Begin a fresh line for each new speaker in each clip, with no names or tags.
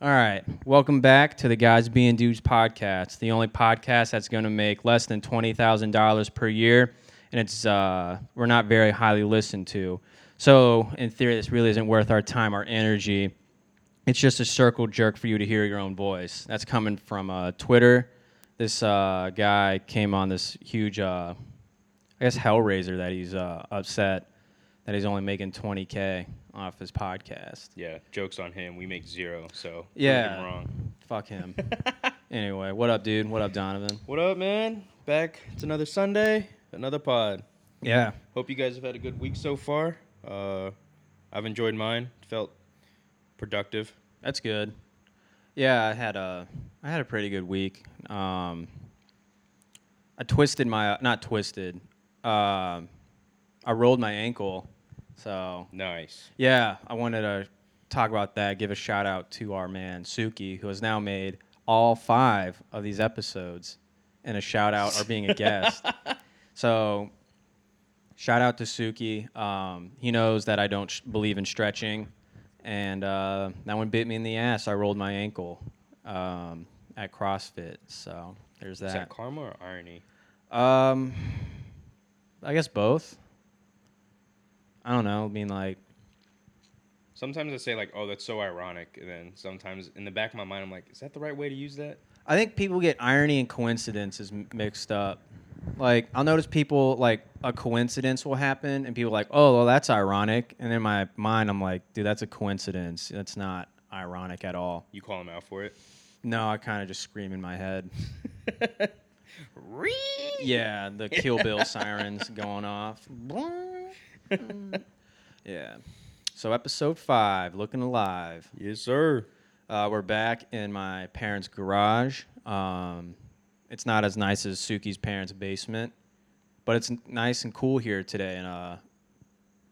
All right. Welcome back to the Guys Being Dudes podcast, the only podcast that's going to make less than $20,000 per year. And it's uh, we're not very highly listened to. So, in theory, this really isn't worth our time, our energy. It's just a circle jerk for you to hear your own voice. That's coming from uh, Twitter. This uh, guy came on this huge, uh, I guess, hellraiser that he's uh, upset that he's only making 20K off his podcast.
Yeah, jokes on him. We make zero, so prove him
Yeah.
wrong.
Fuck him. anyway, what up, dude? What up, Donovan?
What up, man? Back. It's another Sunday, another pod.
Yeah.
Hope you guys have had a good week so far. Uh, I've enjoyed mine. Felt productive.
That's good. Yeah, I had a I had a pretty good week. Um, I twisted my not twisted. Um, I rolled my ankle. So
Nice.
yeah, I wanted to talk about that. Give a shout out to our man Suki, who has now made all five of these episodes, and a shout out or being a guest. So shout out to Suki. Um, he knows that I don't sh- believe in stretching, and uh, that one bit me in the ass. I rolled my ankle um, at CrossFit. So there's
Is that
that.
karma or irony?
Um, I guess both. I don't know. I mean, like.
Sometimes I say like, "Oh, that's so ironic," and then sometimes in the back of my mind, I'm like, "Is that the right way to use that?"
I think people get irony and coincidences m- mixed up. Like I'll notice people like a coincidence will happen, and people are like, oh, well, that's ironic. And in my mind, I'm like, dude, that's a coincidence. That's not ironic at all.
You call him out for it.
No, I kind of just scream in my head.
Ree.
Yeah, the Kill Bill sirens going off. yeah. So episode five, looking alive.
Yes, sir.
Uh, we're back in my parents' garage. Um, it's not as nice as Suki's parents' basement, but it's n- nice and cool here today in uh,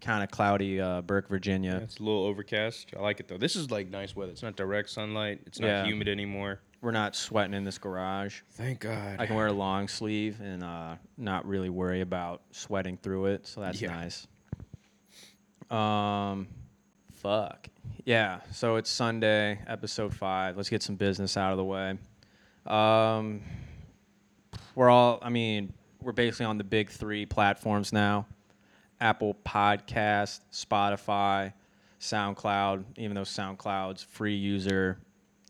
kind of cloudy uh, Burke, Virginia.
It's a little overcast. I like it though. This is like nice weather. It's not direct sunlight. It's not
Yeah.
humid anymore.
We're not sweating in this garage.
Thank God.
I can wear a long sleeve and uh, not really worry about sweating through it, so that's
Yeah.
nice. Um, fuck yeah. So it's Sunday, episode five. Let's get some business out of the way. Um, we're all. I mean, we're basically on the big three platforms now: Apple Podcast, Spotify, SoundCloud. Even though SoundCloud's free user.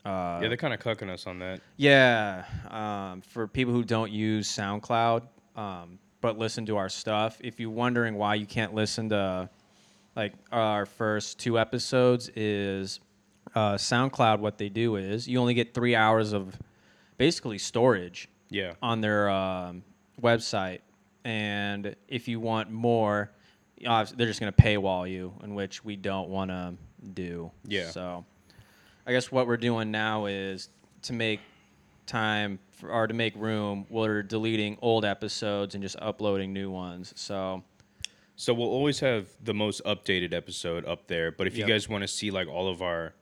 Uh,
yeah, they're kind of cucking us on that.
yeah, um, for people who don't use SoundCloud um, but listen to our stuff, if you're wondering why you can't listen to like our first two episodes, is uh, SoundCloud. What they do is you only get three hours of basically storage
Yeah.
on their um, website, and if you want more, uh, they're just going to paywall you, in which we don't want to do.
Yeah.
So, I guess what we're doing now is to make time for, or to make room, we're deleting old episodes and just uploading new ones. So,
So we'll always have the most updated episode up there. But if
Yep.
you guys want to see like all of our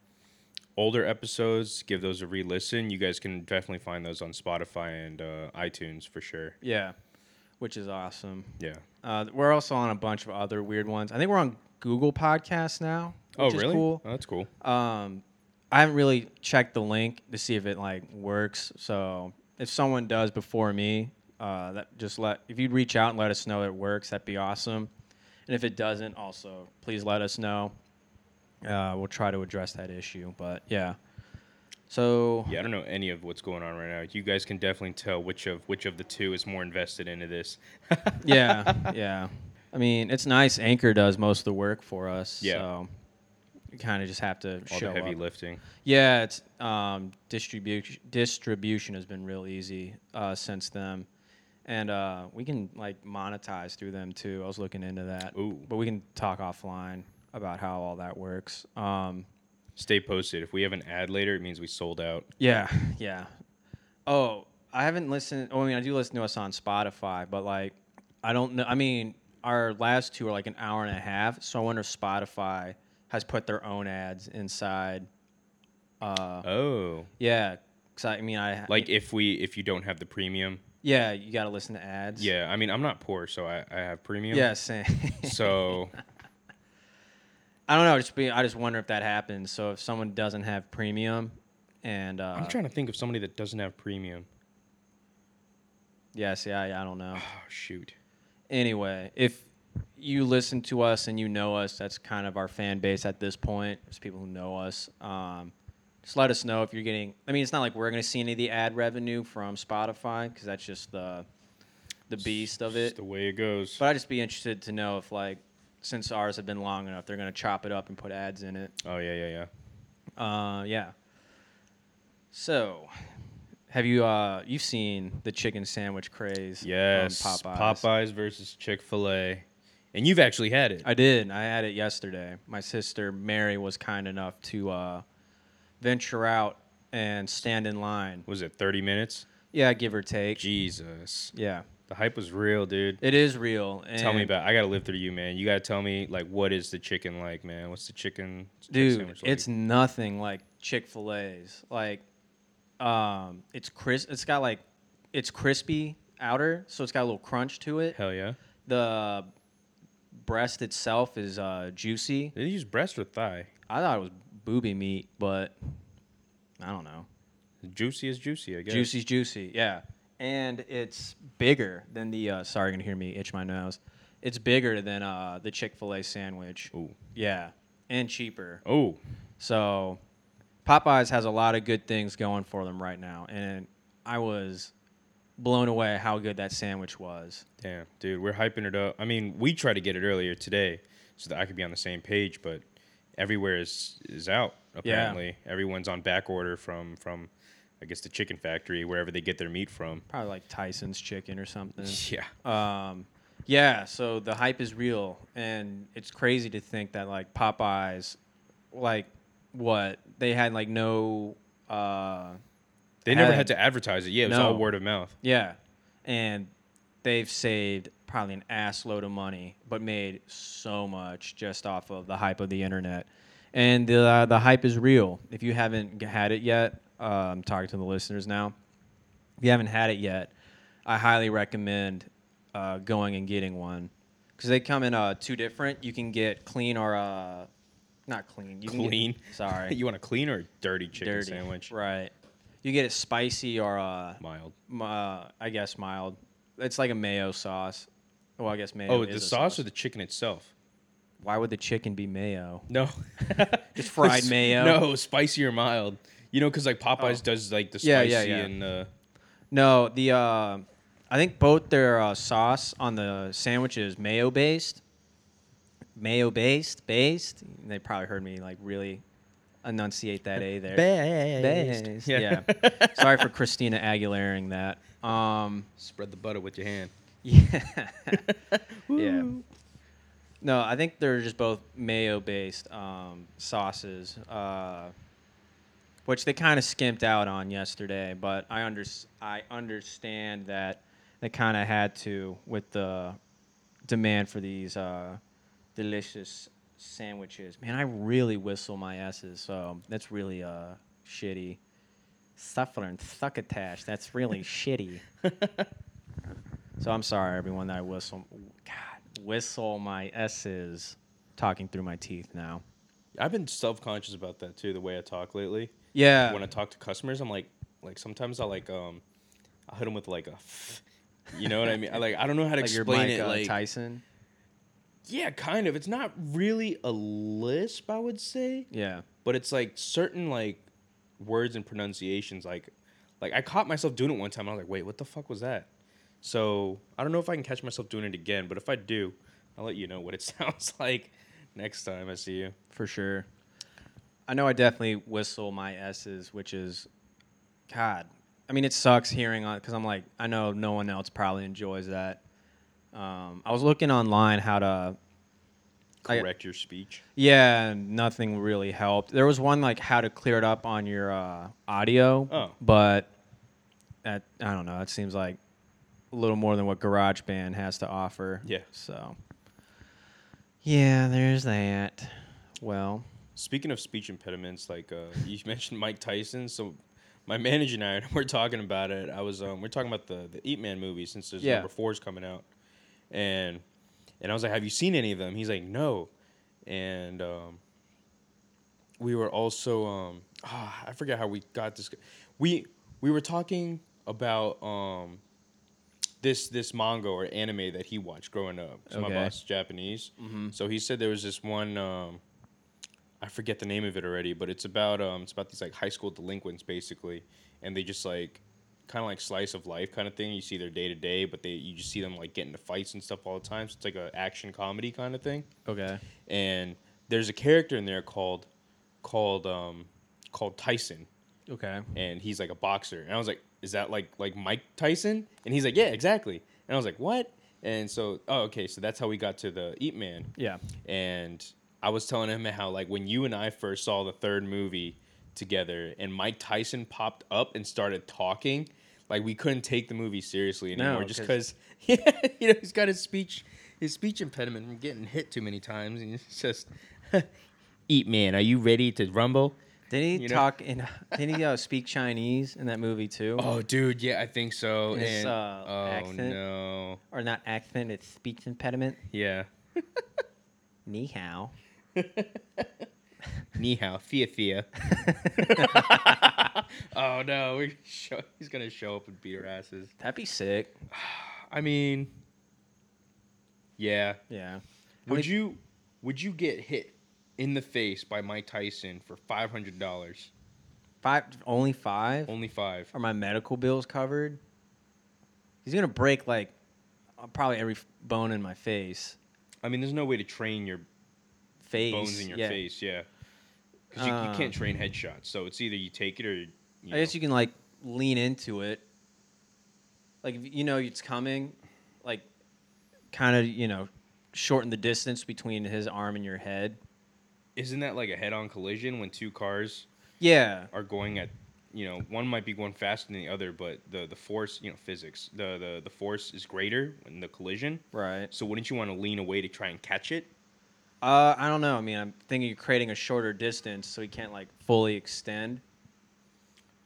older episodes, give those a re-listen. You guys can definitely find those on Spotify and uh, iTunes for sure.
yeah, which is awesome.
Yeah.
Uh, we're also on a bunch of other weird ones. I think we're on Google Podcasts now.
Oh,
Which
really?
Is cool.
Oh, that's cool.
Um, I haven't really checked the link to see if it like works. So if someone does before me, uh, that just let if you'd reach out and let us know it works, that'd be awesome. And if it doesn't, also please let us know. Uh, we'll try to address that issue. But yeah, so
Yeah, I don't know any of what's going on right now. You guys can definitely tell which of which of the two is more invested into this.
Oh, yeah, yeah. I mean, it's nice. Anchor does most of the work for us.
Yeah.
So you kind of just have to
All
show
the heavy
up.
lifting.
Yeah, it's um, distribution. Distribution has been real easy uh, since them, and uh, we can like monetize through them too. I was looking into that,
Ooh.
but we can talk offline about how all that works. Um,
Stay posted. If we have an ad later, it means we sold out.
yeah, yeah. Oh, I haven't listened. Oh, I mean, I do listen to us on Spotify, but like, I don't know. I mean, our last two are like an hour and a half, so I wonder if Spotify has put their own ads inside. Uh,
Oh,
yeah, 'cause I, I mean, I
like if we if you don't have the premium.
Yeah, you gotta listen to ads.
Yeah, I mean I'm not poor, so I, I have premium.
Yeah, same.
So
I don't know. Just be. I just wonder if that happens. So if someone doesn't have premium, And uh,
I'm trying to think of somebody that doesn't have premium.
yeah, see, I, I don't know.
Oh shoot.
Anyway, if you listen to us and you know us, that's kind of our fan base at this point. It's people who know us. Um, just let us know if you're getting. I mean, it's not like we're going to see any of the ad revenue from Spotify because that's just the the beast of
It's
it.
the way it goes.
But I'd just be interested to know if like since ours have been long enough, they're going to chop it up and put ads in it.
Oh yeah, yeah, yeah.
Uh, yeah. So, have you uh you've seen the chicken sandwich craze? from
Yes, Popeyes, versus Chick Fil A, and you've actually had it.
I did. I had it yesterday. My sister Mary was kind enough to uh, venture out and stand in line.
was it 30 minutes?
Yeah, give or take.
Jesus,
Yeah,
the hype was real, dude.
it is real. And
tell me about. I gotta live through you, man. You gotta tell me like what is the chicken like, man? What's the chicken?
dude.
sandwich like?
It's nothing like Chick Fil A's. Like, um, it's crisp. It's got like, it's crispy outer, so it's got a little crunch to it.
hell yeah.
The breast itself is uh, juicy.
Did they use breast or thigh?
I thought it was booby meat, but I don't know.
Juicy is juicy, I guess.
Juicy's juicy, yeah. And it's bigger than the. Uh, sorry, you're gonna hear me itch my nose. It's bigger than uh, the Chick Fil A sandwich.
Ooh.
Yeah, and cheaper.
Oh,
So Popeyes has a lot of good things going for them right now, and I was blown away how good that sandwich was.
damn, dude, we're hyping it up. I mean, we tried to get it earlier today, so that I could be on the same page, but everywhere is is out apparently. Everyone's on back order from from, I guess the chicken factory wherever they get their meat from. Uh,
Probably like Tyson's chicken or something.
Yeah.
Um, yeah, so the hype is real, and it's crazy to think that like Popeyes, like what they had like no, uh,
They never
Ad.
had to advertise it. Yeah, it was
No.
all word of mouth.
yeah, and they've saved probably an ass load of money, but made so much just off of the hype of the internet, and the uh, the hype is real. If you haven't g- had it yet, uh, I'm talking to the listeners now. If you haven't had it yet, I highly recommend uh, going and getting one because they come in uh, two different. You can get clean or uh, not clean. You can get-
Clean.
sorry,
you want a clean or a dirty chicken
dirty
sandwich?
Right. You get it spicy or uh,
Mild.
m- uh, I guess mild. It's like a mayo sauce. Well, I guess mayo.
Oh,
is
the
a
sauce or the chicken itself?
Why would the chicken be mayo?
No.
Just fried mayo? Oh.
No, spicy or mild. You know, because like Popeyes does like the spicy
Yeah, yeah, yeah.
and uh,
No, the uh, I think both their uh, sauce on the sandwich is mayo based. Mayo based, based. They probably heard me like really enunciate that a there. Based. Yeah. Sorry for Christina Aguileraing that. Um,
Spread the butter with your hand.
yeah. yeah. No, I think they're just both mayo-based um, sauces, uh, which they kind of skimped out on yesterday. But I under I understand that they kind of had to with the demand for these uh, delicious sandwiches. Man, I really whistle my s's, so that's really uh, shitty. Suffering succotash. That's really shitty. So I'm sorry, everyone, that I whistle. God, whistle my S's talking through my teeth now.
I've been self conscious about that too. The way I talk lately.
Yeah.
When I talk to customers, I'm like, like sometimes I like um, I hit them with like a, you know what I mean? I like I don't know how to
like your
explain
Mike
it.
uh,
like
Tyson.
yeah, kind of. It's not really a lisp, I would say.
Yeah.
but it's like certain like words and pronunciations like like i caught myself doing it one time and i was like wait what the fuck was that so i don't know if i can catch myself doing it again but if i do i'll let you know what it sounds like next time i see you
for sure. I know I definitely whistle my S's, which is, God, I mean, it sucks hearing on because I'm like, I know no one else probably enjoys that. Um, I was looking online how to, I-
correct your speech
yeah, and nothing really helped. There was one like how to clear it up on your uh, audio,
Oh.
but that I don't know. That seems like a little more than what GarageBand has to offer.
Yeah.
So, yeah, there's that. Well.
speaking of speech impediments like uh, you mentioned mike tyson so my manager and i we're talking about it i was um, we're talking about the the eat man movie since there's
Yeah.
number four's coming out and and i was like have you seen any of them he's like no and um we were also um ah, I forget how we got this we we were talking about um this this manga or anime that he watched growing up. So my
Okay.
boss is Japanese. So he said there was this one um I forget the name of it already, but it's about um it's about these like high school delinquents basically and they just like kind of like slice of life kind of thing. You see their day to day, but they you just see them like get into fights and stuff all the time. So it's like a action comedy kind of thing
Okay.
and there's a character in there called called um called Tyson
Okay.
and he's like a boxer and I was like is that like like Mike Tyson and he's like yeah exactly and I was like what and so oh okay so that's how we got to the Eat Man
Yeah.
and I was telling him how like when you and I first saw the third movie together and Mike Tyson popped up and started talking like we couldn't take the movie seriously
No,
anymore just
'cause-
because yeah, you know he's got his speech his speech impediment from getting hit too many times and it's just eat man are you ready to rumble
Did he
You know-
talk in? Did he uh, speak Chinese in that movie too?
oh dude yeah I think so
His,
and
uh,
oh
accent?
no
Or not accent? It's speech impediment.
yeah
Ni hao.
Ni hao, Fia Fia. oh no, we show, he's gonna show up and beat our asses.
That'd be sick.
I mean, yeah.
Yeah.
Would you would you get hit in the face by Mike Tyson for five hundred dollars?
Five? Only five?
Only five.
Are my medical bills covered? He's gonna break like uh, probably every f- bone in my face.
I mean, there's no way to train your
Face.
bones in your
yeah.
face. Yeah, because you,
Uh,
you can't train headshots. So it's either you take it or you.
I guess you can like lean into it. Like if you know it's coming, like kind of you know shorten the distance between his arm and your head.
Isn't that like a head-on collision when two cars
Yeah.
are going at you know one might be going faster than the other but the the force you know physics the the, the force is greater in the collision
Right.
so wouldn't you want to lean away to try and catch it
Uh, I don't know. I mean, I'm thinking you're creating a shorter distance, so he can't like fully extend.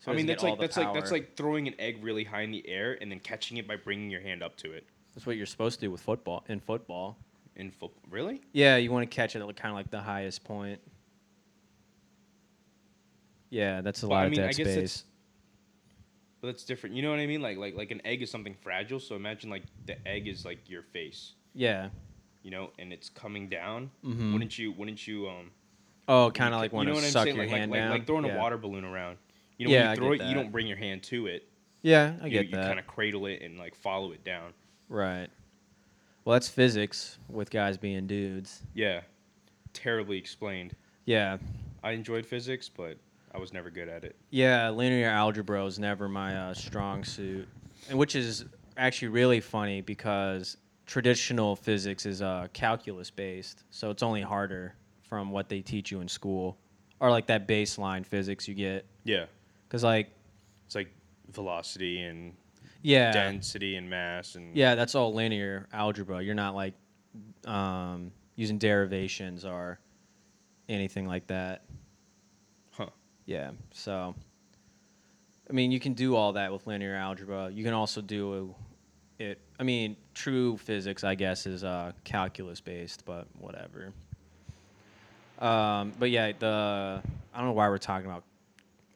So
i
he doesn't
mean
get
that's
all
like
the
that's like that's
power.
like throwing an egg really high in the air and then catching it by bringing your hand up to it
that's what you're supposed to do with football. In football,
in football really
yeah, you want to catch it at kind of like the highest point. Yeah, that's a
But,
lot
I
of
mean,
dead
I guess it's-
space.
but that's different you know what i mean like like like an egg is something fragile so imagine like the egg is like your face
Yeah.
you know and it's coming down
Mhm.
wouldn't you wouldn't you um
Oh, kind of like
you
want
know
to
what I'm
suck
saying?
your
like,
hand
like,
down.
like, like throwing
yeah.
a water balloon around you know
Yeah,
when
I
you throw it
get
you
that.
don't bring your hand to it
Yeah, I
you,
get that.
kind of cradle it and like follow it down.
Right. Well, that's physics with guys being dudes.
Yeah, terribly explained.
Yeah.
I enjoyed physics, but I was never good at it.
Yeah, linear algebra is never my uh, strong suit, and which is actually really funny because traditional physics is uh, calculus based, so it's only harder from what they teach you in school, or like that baseline physics you get.
Yeah,
Because like,
it's like velocity and
yeah,
density and mass and
yeah, that's all linear algebra. You're not like um, using derivations or anything like that.
Huh.
Yeah. So, I mean, you can do all that with linear algebra. You can also do it. I mean, true physics, I guess, is uh, calculus based, but whatever. Um, but yeah, the I don't know why we're talking about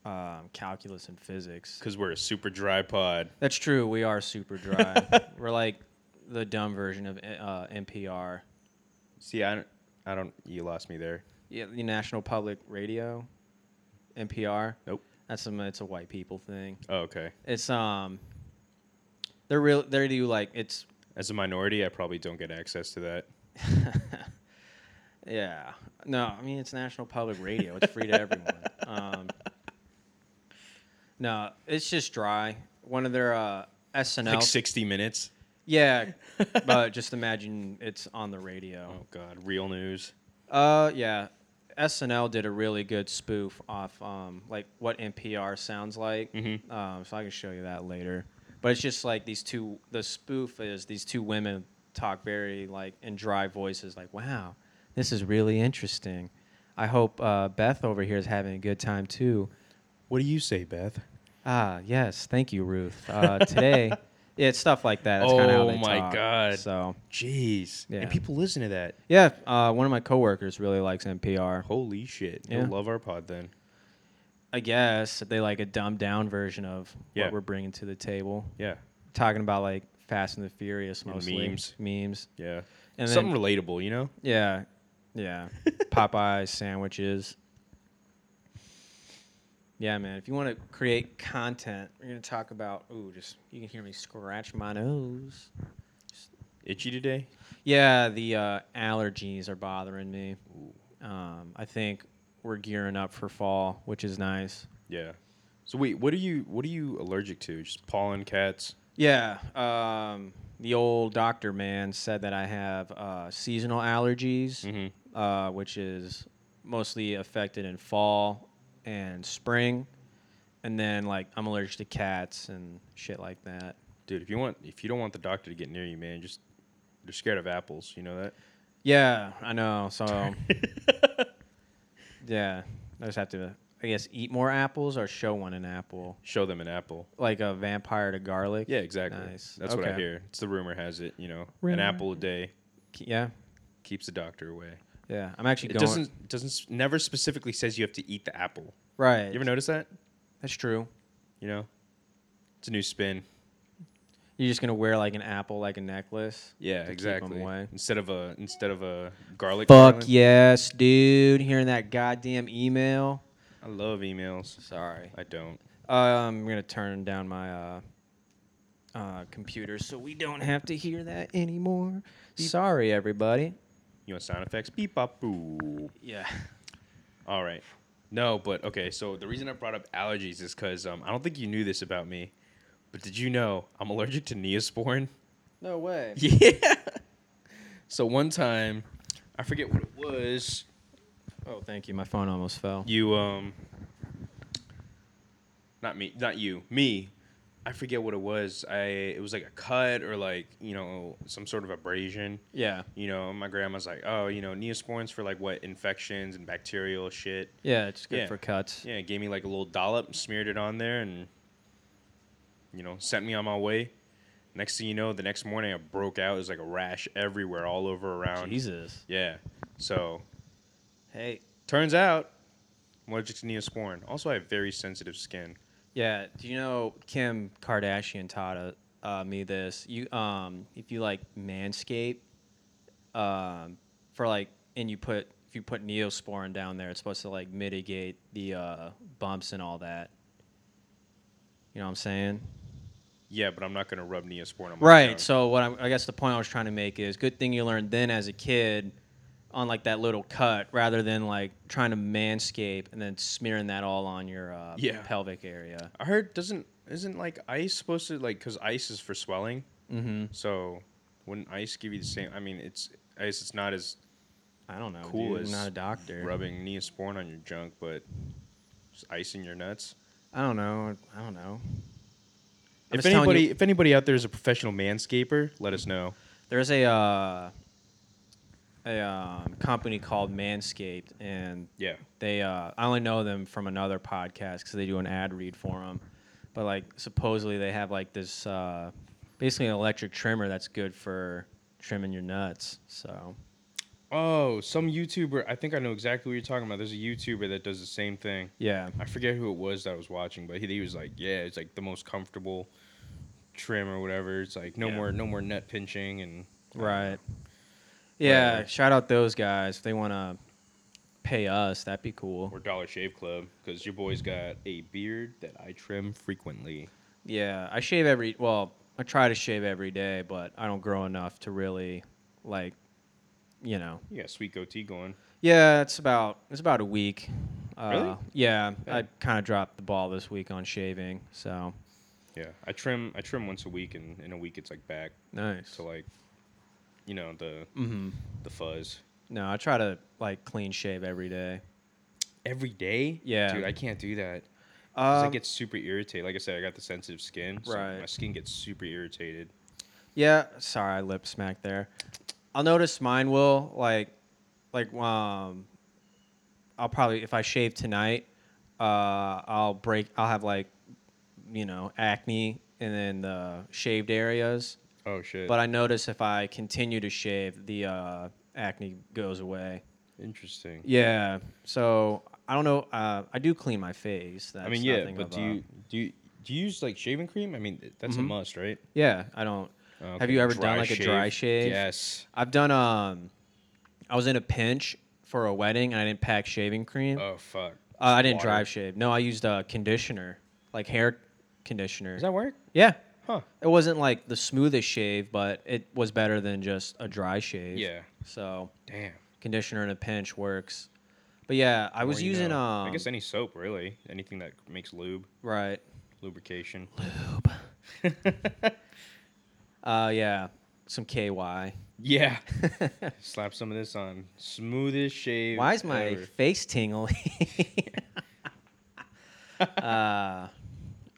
um, calculus and physics.
Because we're a super dry pod.
That's true. We are super dry. we're like the dumb version of uh, NPR,
See, I don't, I don't. You lost me there.
yeah, the National Public Radio, NPR.
Nope.
That's some. It's a white people thing.
Oh, okay.
It's um. They're real. They do like it's.
As a minority, I probably don't get access to that.
Yeah. No, I mean it's National Public Radio. It's free to everyone. Um, no, it's just dry. One of their uh, SNL.
Like sixty minutes.
yeah, but just imagine it's on the radio.
Oh God, real news.
Uh, yeah. SNL did a really good spoof off um like what NPR sounds like.
Mhm.
Um, so I can show you that later. But it's just like these two. The spoof is these two women talk very like in dry voices, like "Wow, this is really interesting." I hope uh, Beth over here is having a good time too.
What do you say, Beth?
Ah, yes, thank you, Ruth. Uh, today Yeah, it's stuff like that. That's kind of how
Oh
they
my
talk.
God.
So
Jeez.
Yeah.
And people listen to that.
yeah, uh, one of my coworkers really likes NPR.
Holy shit.
Yeah.
You'll love our pod then.
I guess they like a dumbed down version of
Yeah.
what we're bringing to the table.
Yeah.
Talking about like Fast and the Furious
And
mostly
memes.
memes.
Yeah.
And
Something relatable, you know?
Yeah, yeah. Popeye sandwiches. Yeah, man. If you want to create content, we're gonna talk about. Ooh, just you can hear me scratch my nose.
Itchy today?
Yeah, the uh, allergies are bothering me. Um, I think we're gearing up for fall, which is nice.
Yeah. So wait, what are you what are you allergic to? Just pollen, cats?
Yeah, um, the old doctor man said that I have uh, seasonal allergies.
Mm-hmm.
uh, which is mostly affected in fall and spring. And then like I'm allergic to cats and shit like that.
Dude, if you want if you don't want the doctor to get near you, man, just they're scared of apples, you know that?
Yeah, I know. So yeah, I just have to, I guess, eat more apples or show one an apple,
Show them an apple.
like a vampire to garlic.
Yeah, exactly.
Nice.
That's what I
Okay.
hear. It's the rumor has it, you know. An
Rumor.
apple a day
yeah,
keeps the doctor away.
yeah. I'm actually
It
going
doesn't it doesn't s- never specifically says you have to eat the apple.
right.
You ever notice that?
That's true.
You know? It's a new spin.
You're just gonna wear like an apple like a necklace.
Yeah,
to keep 'em
exactly.
away.
Instead of a instead of a garlic.
Fuck
garland.
yes, dude. Hearing that goddamn email.
I love emails.
Sorry.
I don't.
Um, I'm gonna turn down my uh, uh, computer so we don't have to hear that anymore. Sorry, everybody.
You want sound effects? Beep bop boo.
Yeah.
All right. No, but okay. So the reason I brought up allergies is because um, I don't think you knew this about me, but did you know I'm allergic to Neosporin?
No way.
Yeah. So one time, I forget what it was.
Oh, thank you. My phone almost fell.
You um. Not me. Not you. Me. I forget what it was. I it was like a cut or like you know some sort of abrasion.
Yeah.
You know, my grandma's like, oh, you know, Neosporin's for like what infections and bacterial shit.
Yeah, it's good
Yeah.
for cuts.
Yeah, it gave me like a little dollop, smeared it on there, and you know, sent me on my way. Next thing you know, the next morning I broke out. It was like a rash everywhere, all over around.
Jesus.
Yeah. So
Hey.
turns out I'm allergic to Neosporin. Also, I have very sensitive skin.
Yeah. Do you know Kim Kardashian taught uh, uh, me this? You um, if you like manscape, um, for like, and you put if you put Neosporin down there, it's supposed to like mitigate the uh, bumps and all that. You know what I'm saying?
Yeah, but I'm not gonna rub Neosporin on my
Right.
tongue.
So what I'm, I guess the point I was trying to make is, good thing you learned then as a kid, on like that little cut, rather than like trying to manscape and then smearing that all on your uh,
Yeah.
pelvic area.
I heard doesn't isn't like ice supposed to like because ice is for swelling.
Mm-hmm.
So wouldn't ice give you the same? I mean, it's ice. It's not as
I don't know.
Cool
Cool.
as
Oh, Dude, I'm not a doctor.
rubbing Neosporin on your junk, but just icing your nuts.
I don't know. I don't know. I'm
if
just telling you-
anybody, if anybody out there is a professional manscaper, let us know.
there's a uh, a um, company called Manscaped, and
Yeah,
they uh, I only know them from another podcast because they do an ad read for them. But like supposedly they have like this uh, basically an electric trimmer that's good for trimming your nuts. So
Oh, some YouTuber. I think I know exactly what you're talking about. There's a YouTuber that does the same thing.
yeah,
I forget who it was that I was watching, but he, he was like, "Yeah, it's like the most comfortable trim or whatever. It's like no
Yeah.
more, no more nut pinching and uh,
right. Yeah,
Right.
shout out those guys if they want to pay us. That'd be cool.
or Dollar Shave Club because your boy's got a beard that I trim frequently.
Yeah, I shave every well, I try to shave every day, but I don't grow enough to really like you know.
You got a sweet goatee going.
Yeah, it's about it's about a week. Uh,
Really?
Yeah,
Yeah.
I kind of dropped the ball this week on shaving. So
Yeah, I trim. I trim once a week, and in a week it's like back
nice.
to like, you know, the
hmm
the fuzz.
No, I try to like clean shave every day.
every day.
Yeah.
dude, I can't do that. 'Cause I
Um,
get super irritated. Like I said, I got the sensitive skin, so
Right.
my skin gets super irritated.
Yeah, sorry, I lip smacked there. I'll notice mine will like, like um, I'll probably if I shave tonight, uh, I'll break. I'll have like, you know, acne and then the shaved areas.
Oh shit.
But I notice if I continue to shave, the uh, acne goes away.
Interesting.
Yeah. So I don't know. Uh, I do clean my face. That's
I mean, yeah,
nothing
but
of uh,
do
a-
you do you do you use like shaving cream? I mean, th- that's a must, right? Uh,
Yeah, I don't. Have
Oh, Okay,
you ever
dry
done like a dry shave?
Yes.
I've done. Um, I was in a pinch for a wedding and I didn't pack shaving cream.
Oh fuck.
Uh, I didn't
Water.
drive shave. No, I used uh, conditioner, like hair conditioner.
Does that work?
yeah.
Huh.
It wasn't like the smoothest shave, but it was better than just a dry shave.
Yeah.
So
Damn.
conditioner in a pinch works. But yeah, I
The
was
more you
using
know.
um
I guess any soap really, anything that makes lube,
right.
lubrication.
Uh yeah, some KY.
Yeah. Slap some of this on. Smoothest shave.
Why is my
ever.
face tingling? uh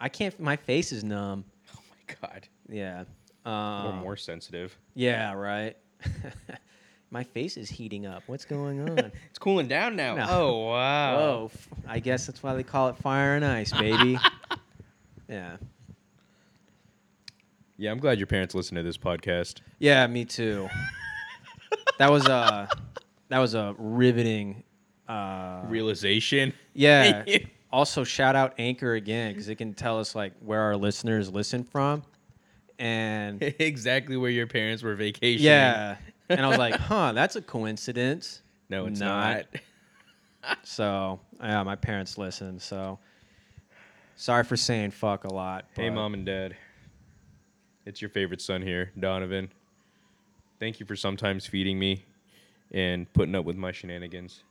I can't my face is numb.
Oh my god.
Yeah.
Or
Um,
more sensitive.
Yeah, right. my face is heating up. What's going on?
It's cooling down now.
No.
Oh wow.
Oh, f- I guess that's why they call it fire and ice, baby. yeah.
Yeah, I'm glad your parents listen to this podcast.
Yeah, me too. that was a that was a riveting. Uh,
Realization.
yeah. Also, shout out Anchor again because it can tell us like where our listeners listen from, and
exactly where your parents were vacationing.
yeah, and I was like, huh, that's a coincidence.
No, it's
Not.
not.
So yeah, my parents listen. So sorry for saying fuck a lot.
Hey,
but-
mom and dad. It's your favorite son here, Donovan. Thank you for sometimes feeding me and putting up with my shenanigans.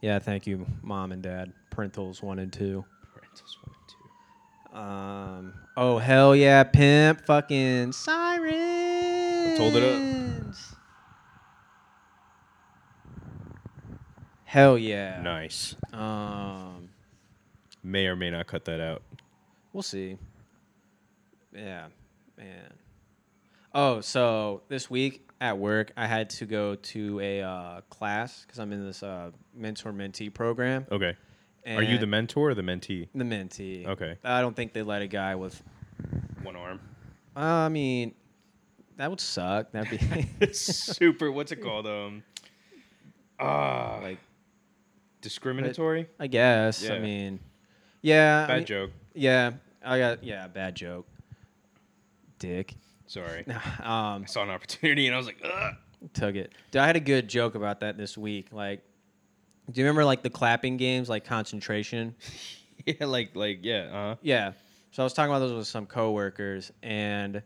Yeah, thank you, mom and dad. Parentals one and two.
Parentals one and two.
Um. Oh hell yeah, pimp! Fucking sirens.
hold it up.
Hell yeah.
Nice.
Um.
May or may not cut that out.
We'll see. Yeah, man. Oh, so this week at work, I had to go to a uh, class because I'm in this uh, mentor mentee program.
Okay. Are you the
and-
mentor or the mentee?
the mentee?
Okay.
I don't think they let a guy with
One arm.
I mean, that would suck. That'd be
Super. What's it called? Um. Ah.
like,
discriminatory.
I guess. I
Yeah.
mean, yeah. I
Bad
mean-
joke.
Yeah, I got yeah, bad joke. Dick.
Sorry.
um,
I saw an opportunity and I was like, Ugh.
took it. Dude, I had a good joke about that this week. Like, do you remember like the clapping games, like concentration?
yeah, like, like, yeah, uh huh.
Yeah. So I was talking about those with some coworkers, and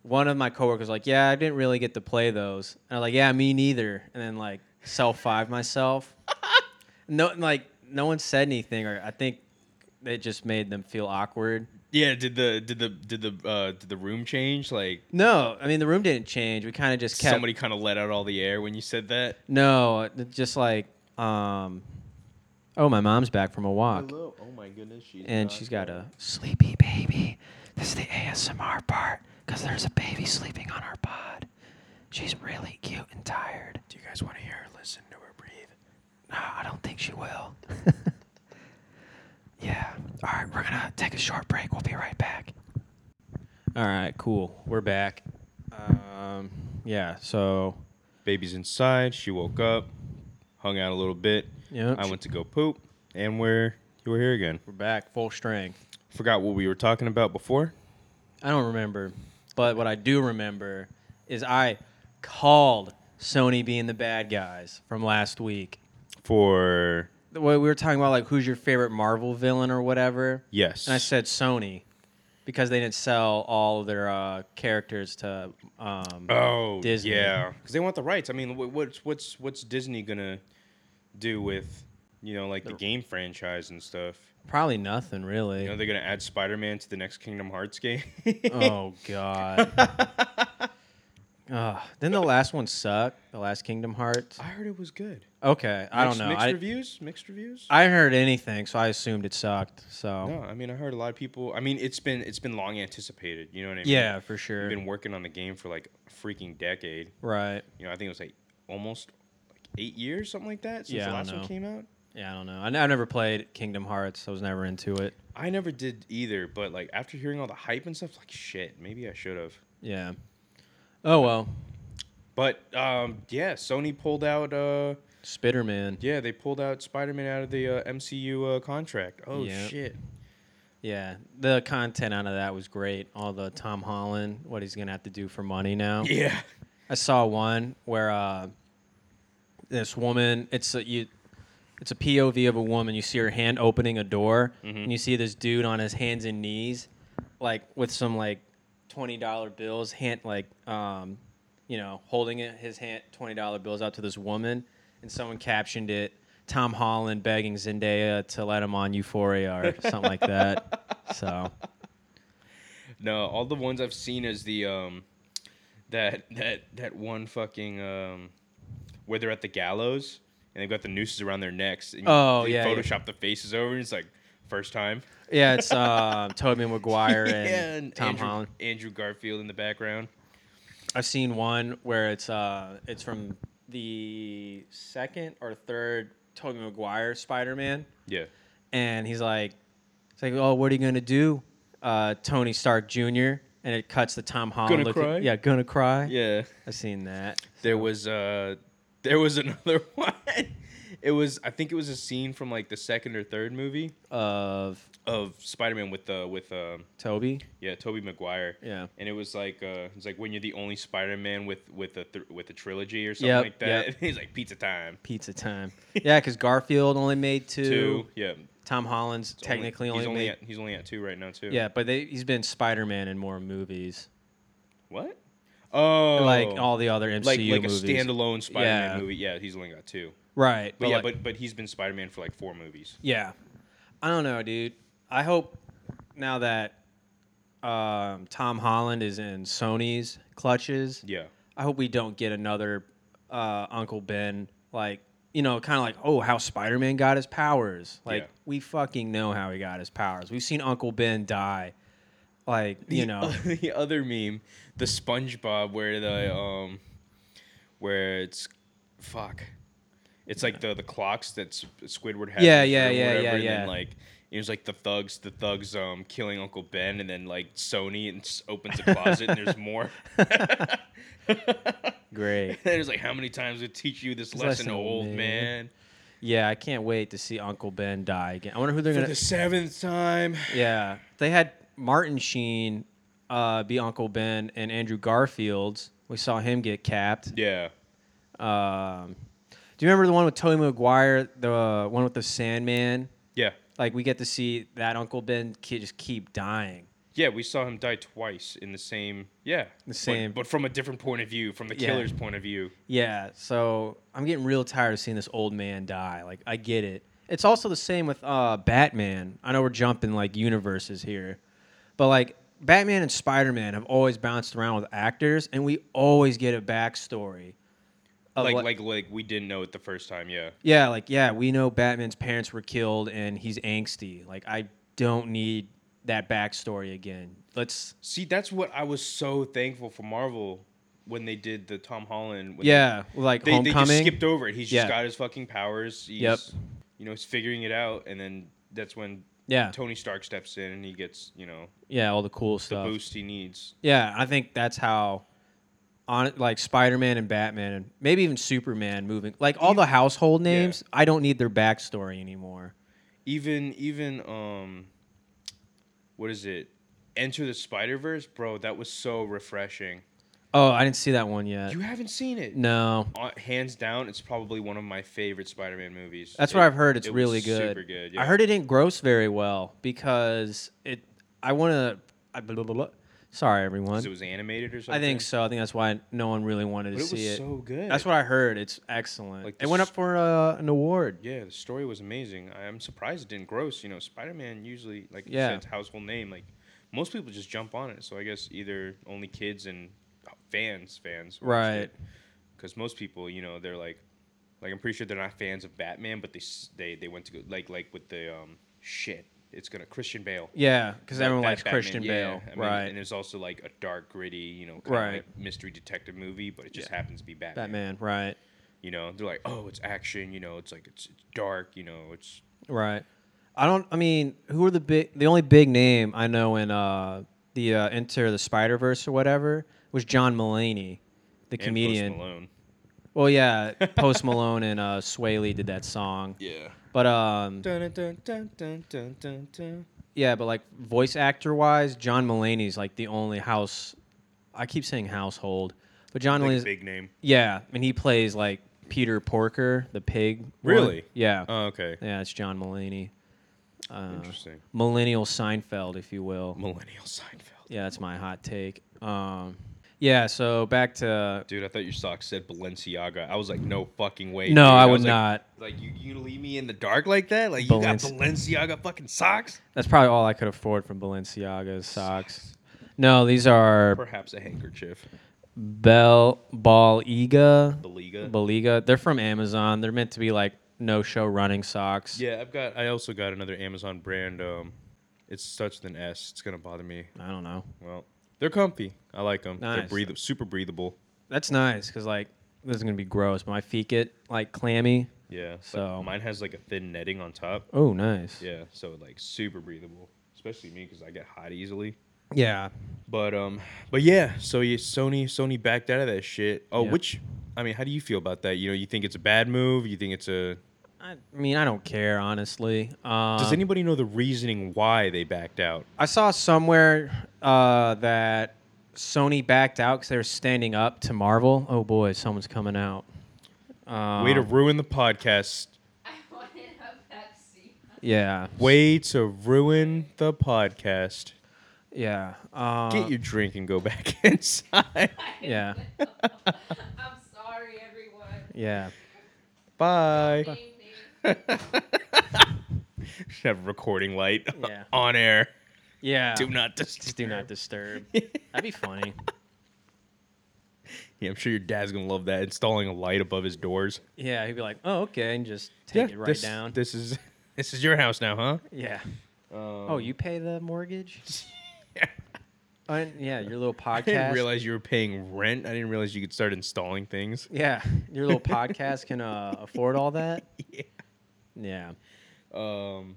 one of my coworkers was like, "Yeah, I didn't really get to play those." And I was like, "Yeah, me neither." And then like self five myself. No, like no one said anything, or I think it just made them feel awkward.
Yeah, did the did the did the uh did the room change? Like
No, I mean the room didn't change. We kind of just kept.
somebody kind of let out all the air when you said that.
No, it- just like, um, oh, my mom's back from a walk.
Oh my goodness, she's
and she's got a sleepy baby. This is the ASMR part because there's a baby sleeping on her pod. She's really cute and tired.
Do you guys want to hear her listen to her breathe?
No, I don't think she will. yeah. All right, we're gonna take a short break. We'll be right back. All right, cool. We're back. Um, yeah. So,
Baby's inside. She woke up, hung out a little bit.
yeah,
I went to go poop, and we're you were here again.
We're back, full strength.
Forgot what we were talking about before.
I don't remember, but what I do remember is I called Sony being the bad guys from last week.
For
The way We were talking about like who's your favorite Marvel villain or whatever,
yes,
and I said Sony because they didn't sell all of their uh, characters to. Um,
oh
Disney.
yeah, because they want the rights. I mean, wh- what's what's what's Disney gonna do with you know like the game franchise and stuff?
probably nothing
You know
really.
they're gonna add Spider-Man to the next Kingdom Hearts game.
oh God. Ugh. didn't the last one suck? The last Kingdom Hearts.
I heard it was good.
Okay, I don't
Mixed-
know.
Mixed
I
reviews. Mixed reviews.
I heard anything, so I assumed it sucked. So
no, I mean I heard a lot of people. I mean it's been it's been long anticipated. You know what I mean?
yeah, for sure.
We've been working on the game for like a freaking decade.
Right.
You know I think it was like almost like eight years, something like that, since
Yeah, I
the
don't
last one
know.
came out.
Yeah, I don't know. I, I never played Kingdom Hearts. I was never into it.
I never did either, but like after hearing all the hype and stuff, like shit, maybe I should have.
Yeah. Oh well,
But um, yeah, Sony pulled out. Uh,
Spitterman.
yeah, they pulled out Spider-Man out of the uh, MCU uh, contract. Oh
Yeah.
shit.
Yeah, the content out of that was great. All the Tom Holland, what he's gonna have to do for money now.
Yeah.
I saw one where uh, this woman. It's a you. It's a POV of a woman. You see her hand opening a door, and you see this dude on his hands and knees, like with some like twenty dollar bills, hand like um, you know, holding it, his hand twenty dollar bills out to this woman, and someone captioned it. Tom Holland begging Zendaya to let him on Euphoria or something like that. So
No, all the ones I've seen is the um, that that that one fucking um, where they're at the gallows and they've got the nooses around their necks. And
Oh,
they
yeah, yeah.
Photoshop the faces over and it's like first time.
yeah, it's uh, Tobey Maguire and, Tom
Andrew,
Holland.
Andrew Garfield in the background.
I've seen one where it's uh it's from the second or third Tobey Maguire Spider Man,
Yeah.
and he's like, it's like, oh, what are you gonna do, uh, Tony Stark Jr. And it cuts to Tom Holland.
Gonna cry?
Yeah, gonna cry.
Yeah.
I've seen that.
There was uh there was another one. It was I think it was a scene from like the second or third movie
Of
of Spider-Man with uh with um
Toby.
yeah, Toby Maguire.
Yeah.
And it was like uh it's like when you're the only Spider-Man with with a th- with a trilogy or something
Yep,
like that.
yep.
And he's like pizza time.
Pizza time. Yeah, because Garfield only made two.
Two. Yeah. it's
Tom Holland's technically only,
he's
made.
at, he's only at two right now too.
yeah, but they, he's been Spider Man in more movies,
What? Oh.
like all the other MCU
like like
movies.
a standalone Spider-Man
Yeah.
movie. Yeah, he's only got two.
Right,
But, yeah,
like-
but but he's been Spider-Man for like four movies.
Yeah. I don't know, dude. I hope now that um, Tom Holland is in Sony's clutches,
Yeah.
I hope we don't get another uh, Uncle Ben, like, you know, kind of like, oh, how Spider Man got his powers. Like,
Yeah.
we fucking know how he got his powers. We've seen Uncle Ben die. Like, you
the-
know,
the other meme, the SpongeBob, where the um, where it's fuck, it's like the the clocks that S- Squidward had.
Yeah,
in the
yeah,
fruit or
yeah,
whatever,
yeah,
and
yeah.
Then, like it was like the thugs, the thugs um killing Uncle Ben, and then like Sony and s- opens a closet and there's more.
great.
There's like how many times it teach you this lesson,
lesson,
old
man.
man?
Yeah, I can't wait to see Uncle Ben die again. I wonder who they're
For
going to.
the seventh time.
Yeah, they had Martin Sheen uh, be Uncle Ben and Andrew Garfield's. We saw him get capped.
Yeah.
Um, do you remember the one with Tobey Maguire, the uh, one with the Sandman?
Yeah.
Like we get to see that Uncle Ben kid just keep dying.
Yeah, we saw him die twice in the same. Yeah,
The same-
but, but from a different point of view, from the
Yeah.
killer's point of view.
Yeah, so I'm getting real tired of seeing this old man die. Like I get it. It's also the same with uh, Batman. I know we're jumping like universes here, but like Batman and Spider Man have always bounced around with actors, and we always get a backstory. of
like
what-
like like we didn't know it the first time. Yeah,
yeah, like yeah, we know Batman's parents were killed, and he's angsty. Like I don't need that backstory again. Let's
see, that's what I was so thankful for Marvel when they did the Tom Holland. When
yeah, like
they, they
homecoming.
just skipped over it. He's just
Yeah.
got his fucking powers. He's,
Yep.
you know he's figuring it out, and then that's when
yeah,
Tony Stark steps in and he gets you know
yeah, all the cool
the
stuff.
boost he needs.
Yeah, I think that's how on like Spider-Man and Batman and maybe even Superman moving like all the household names, I don't need their backstory anymore.
Even even um, what is it? Enter the Spider Verse, bro. That was so refreshing.
Oh, I didn't see that one yet.
You haven't seen it.
no.
Uh, Hands down, it's probably one of my favorite Spider-Man movies.
That's
It-
what I've heard. It's
it was
really good.
Super good. Yeah.
I heard it didn't gross very well because it I want to I blah, blah, blah, blah. Sorry everyone.
'Cause it was animated or something.
I think so. I think that's why no one really wanted to
But it
see
was
it.
so good.
That's what I heard. It's excellent.
Like
it
the
went up
s-
for uh, an award.
Yeah, the story was amazing. I- I'm surprised it didn't gross. You know, Spider-Man usually like yeah.
Yeah.
it's a household name. Like most people just jump on it. So I guess either only kids and fans, fans.
Right.
Because most people, you know, they're like, like I'm pretty sure they're not fans of Batman, but they s- they they went to go like like with the um shit. It's gonna Christian Bale.
Yeah, because
Like
everyone
Bat-
likes
Batman,
Christian
yeah.
Bale,
I mean,
right?
And there's also like a dark, gritty, you know, kind
Right.
of like mystery detective movie, but it just
Yeah.
happens to be Batman.
Batman, right?
You You know, they're like, oh, it's action. You know, it's like it's, it's dark. You know, it's
Right. I don't. I mean, who are the big? The only big name I know in uh, the uh, Enter the Spider Verse or whatever was John Mulaney, the
and Post
comedian.
Malone.
Well, yeah, Post Malone and uh, Sway Lee did that song.
Yeah.
But um,
Dun, dun, dun, dun, dun, dun, dun.
yeah, but like voice actor wise, John Mulaney's like the only house. I keep saying household, but John
Like a
Mulaney's
big name.
yeah, and he plays like Peter Porker, the pig. one.
Really?
Yeah.
Oh, okay.
yeah, it's John Mulaney. Uh,
Interesting.
millennial Seinfeld, if you will.
Millennial Seinfeld.
Yeah, that's my hot take. Um, yeah, so back to
Dude, I thought your sock said Balenciaga. I was like, no fucking way.
no,
dude.
I
was
would
like-
not.
Like, you, you gonna leave me in the dark like that? Like, you got Balenciaga fucking socks?
That's probably all I could afford from Balenciaga's socks. No, these are
Perhaps a handkerchief.
Bell Baliga.
Baliga.
Baliga. They're from Amazon. They're meant to be like no-show running socks.
yeah, I've got. I also got another Amazon brand. Um, it starts with an S. It's gonna bother me.
I don't know.
Well, they're comfy. I like them. They're
Nice.
breathable, super breathable.
That's nice because like this is gonna be gross. but My feet get like clammy.
Yeah. but
So-
mine has like a thin netting on top.
Oh, nice.
Yeah. So like super breathable, especially me because I get hot easily.
Yeah.
But um, but yeah. So you, Sony, Sony backed out of that shit. Oh,
Yeah.
which I mean, how do you feel about that? You know, you think it's a bad move? You think it's a?
I mean, I don't care honestly. Um,
Does anybody know the reasoning why they backed out?
I saw somewhere uh, that Sony backed out because they were standing up to Marvel. Oh boy, someone's coming out. Um,
Way to ruin the podcast.
I wanted a Pepsi.
yeah,
Way to ruin the podcast.
yeah, uh,
Get your drink and go back inside.
yeah,
I'm sorry, everyone.
yeah.
Bye.
Name, name.
Should have a recording light
Yeah.
on air.
Yeah.
Do not
Just
disturb.
do not disturb. That'd be funny.
Yeah, I'm sure your dad's gonna love that. Installing a light above his doors.
Yeah, he'd be like, "Oh, okay," and just take
Yeah,
it right
this-
down.
This is this is your house now, huh?
yeah.
Um,
oh, you pay the mortgage? Uh, yeah, your little podcast.
I didn't realize you were paying rent. I didn't realize you could start installing things.
Yeah, your little podcast can uh, afford all that.
Yeah.
Yeah.
Um,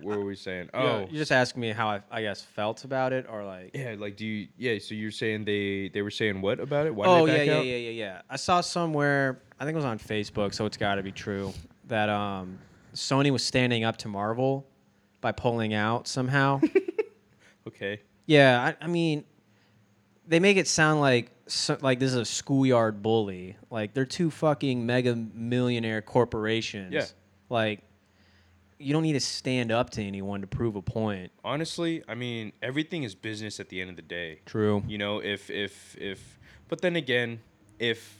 what were we saying?
Yeah,
Oh,
you're just asking me how I, I guess felt about it, or like.
yeah. Like, do you? Yeah. So you're saying they they were saying what about it? Why
oh
did
yeah,
they back
yeah,
out?
yeah, yeah, yeah. I saw somewhere. I think it was on Facebook, so it's got to be true that um, Sony was standing up to Marvel by pulling out somehow.
Okay.
yeah, I, I mean, they make it sound like so, like this is a schoolyard bully. Like they're two fucking mega millionaire corporations.
Yeah.
Like. You don't need to stand up to anyone to prove a point.
Honestly, I mean, everything is business at the end of the day.
True.
You know, if if if, but then again, if,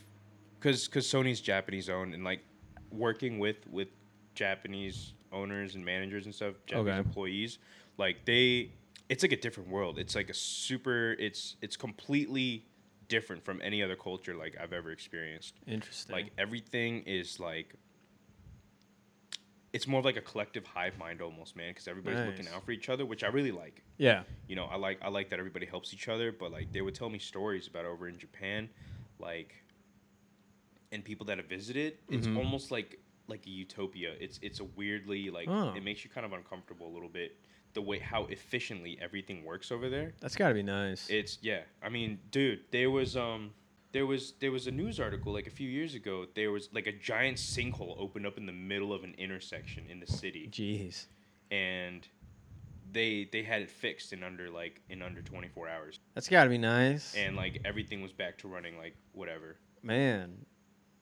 cause cause Sony's Japanese owned and like, working with with Japanese owners and managers and stuff, Japanese
Okay.
employees, like they, it's like a different world. It's like a super. It's it's completely different from any other culture like I've ever experienced.
Interesting.
Like everything is like. It's more of like a collective hive mind almost, man, because everybody's looking
Nice.
out for each other, which I really like
yeah.
you know, I like I like that everybody helps each other, but like they would tell me stories about over in Japan, like and people that have visited, it's
Mhm.
almost like like a utopia. It's it's a weirdly like
Oh.
it makes you kind of uncomfortable a little bit the way how efficiently everything works over there.
That's got to be nice.
It's yeah. I mean, dude, there was um there was there was a news article like a few years ago. There was like a giant sinkhole opened up in the middle of an intersection in the city
Jeez.
and they they had it fixed in under like in under 24 hours
That's got to be nice.
and like everything was back to running like whatever
Man,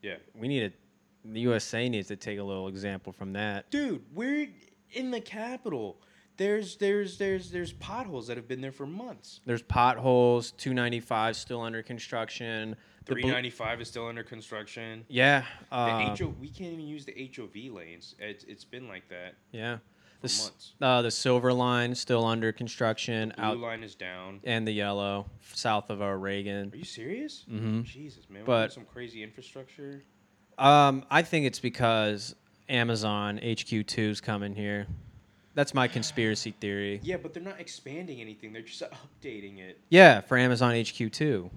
yeah
we need to, the USA needs to take a little example from that.
dude we're in the capital there's there's there's there's potholes that have been there for months
There's potholes, 295 still under construction. The bl-
395 is still under construction
yeah.
the
Uh,
HO, we can't even use the hov lanes it's, it's been like that
yeah.
for
The, s-
months
uh, the silver line still under construction
blue
out
line is down
and the yellow f- south of our Reagan.
are you serious
Mhm.
jesus man we
But-
some crazy infrastructure
Um, I think it's because Amazon HQ2's coming here. That's my conspiracy theory.
yeah but they're not expanding anything they're just updating it
Yeah, for Amazon HQ2.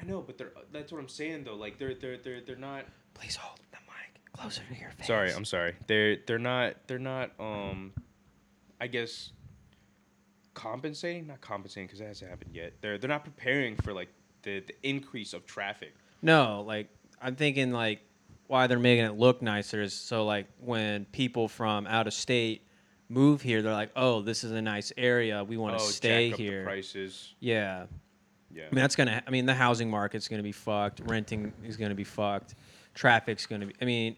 I know, but they're that's what I'm saying though. Like they're they're they're they're not
Please hold the mic closer to your face.
Sorry, I'm sorry. They're they're not they're not um, I guess compensating, not compensating because that hasn't happened yet. They're they're not preparing for like the, the increase of traffic.
No, like I'm thinking like why they're making it look nicer is so like when people from out of state move here, they're like, oh, this is a nice area. We want to
Oh,
stay
jack up The
here.
prices.
Yeah, I
Yeah.
mean that's gonna. I mean the housing market's gonna be fucked. Renting is gonna be fucked. Traffic's gonna be. I mean,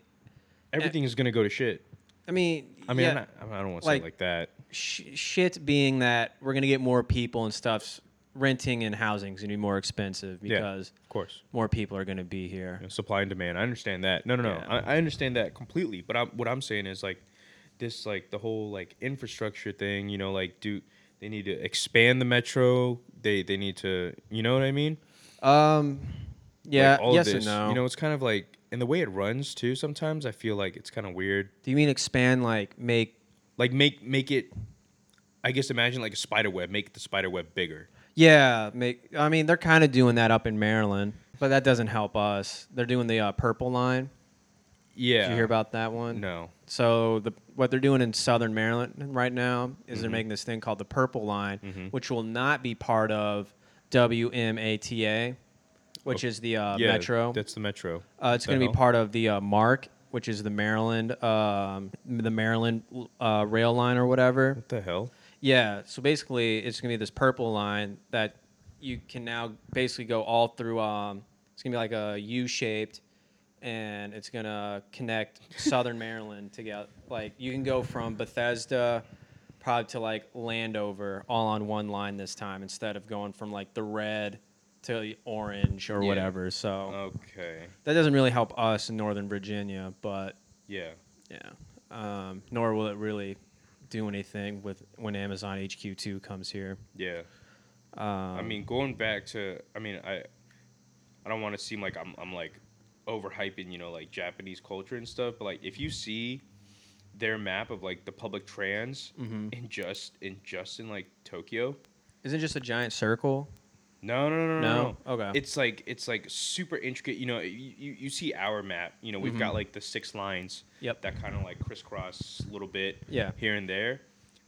Everything is gonna go to shit.
I mean.
I mean,
Eh, yeah.
I'm not, I mean, I don't want to say
Like-
it like that.
sh- shit being that we're gonna get more people and stuffs renting and housing's gonna be more expensive
Yeah.
because
Of course.
more people are gonna be here.
You know, supply and demand. I understand that. No, no, no.
Yeah.
I, I understand that completely. But I'm, what I'm saying is like this, like the whole like infrastructure thing. You know, like do they need to expand the metro? They they need to. You know what I mean?
Um, yeah,
Like, all of
yes
this,
and no.
You know, it's kind of like and the way it runs too. Sometimes I feel like it's kind of weird.
Do you mean expand like make?
Like make make it. I guess imagine like a spider web. Make the spider web bigger.
Yeah, make. I mean, they're kind of doing that up in Maryland, but that doesn't help us. They're doing the uh, purple line.
Yeah.
Did you hear about that one?
No.
So the what they're doing in Southern Maryland right now is
Mm-hmm.
they're making this thing called the Purple Line, which will not be part of WMATA, which is the uh,
Oh. yeah,
metro.
That's the metro.
Uh, it's
The
going to be
hell?
part of the uh, MARC, which is the Maryland, um, the Maryland uh, rail line or whatever.
What the hell?
Yeah. So basically, it's gonna be this purple line that you can now basically go all through. Um, it's gonna be like a U shaped, and it's gonna connect Southern Maryland together. Like you can go from Bethesda, probably to like Landover, all on one line this time instead of going from like the red to the orange or
Yeah. Uh,
whatever. So
Okay.
that doesn't really help us in Northern Virginia, but
Yeah.
yeah. Um, nor will it really do anything with when Amazon HQ2 comes here.
Yeah.
Um,
I mean, going back to, I mean, I, I don't want to seem like I'm, I'm like, overhyping, you know, like Japanese culture and stuff. But like, if you see their map of like the public trans
Mm-hmm.
in just in just in like Tokyo,
is it just a giant circle?
no, no, no, no, no.
No? Okay.
It's like it's like super intricate. You know, you, you, you see our map. You know, we've got like the six lines.
Mm-hmm. Yep.
That kind of like crisscross a little bit.
Yeah.
Here and there,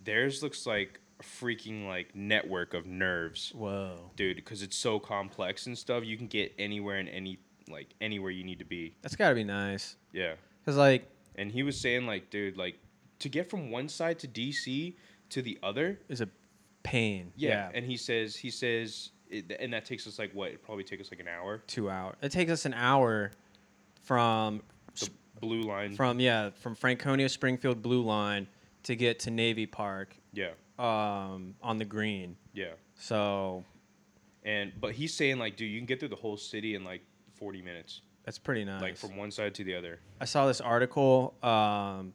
theirs looks like a freaking like network of nerves.
Whoa,
dude, because it's so complex and stuff. You can get anywhere and any like anywhere you need to be.
that's got to be nice.
Yeah.
Cause like,
And he was saying like, dude, like to get from one side to DC to the other.
it's a pain.
Yeah. And he says he says, it, and that takes us like what? It probably takes us like an hour.
two hours. It takes us an hour from
The blue line.
from yeah from Franconia Springfield Blue Line to get to Navy Park
yeah.
um, on the green.
Yeah.
So
And but he's saying like, dude, you can get through the whole city in like 40 minutes,
that's pretty nice.
like from one side to the other.
I saw this article. Um,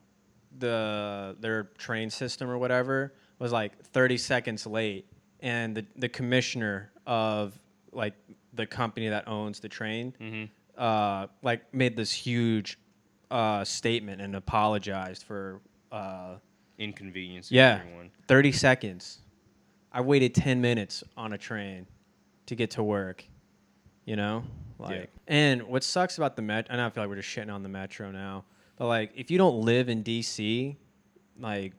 the their train system or whatever was like 30 seconds late, and the the commissioner of like the company that owns the train, uh, like made this huge uh, statement and apologized for uh,
Inconvenience. to
yeah
Everyone.
30 seconds. I waited 10 minutes on a train to get to work. You know, like, and what sucks about the met, and I feel like we're just shitting on the metro now, but like, if you don't live in DC, like,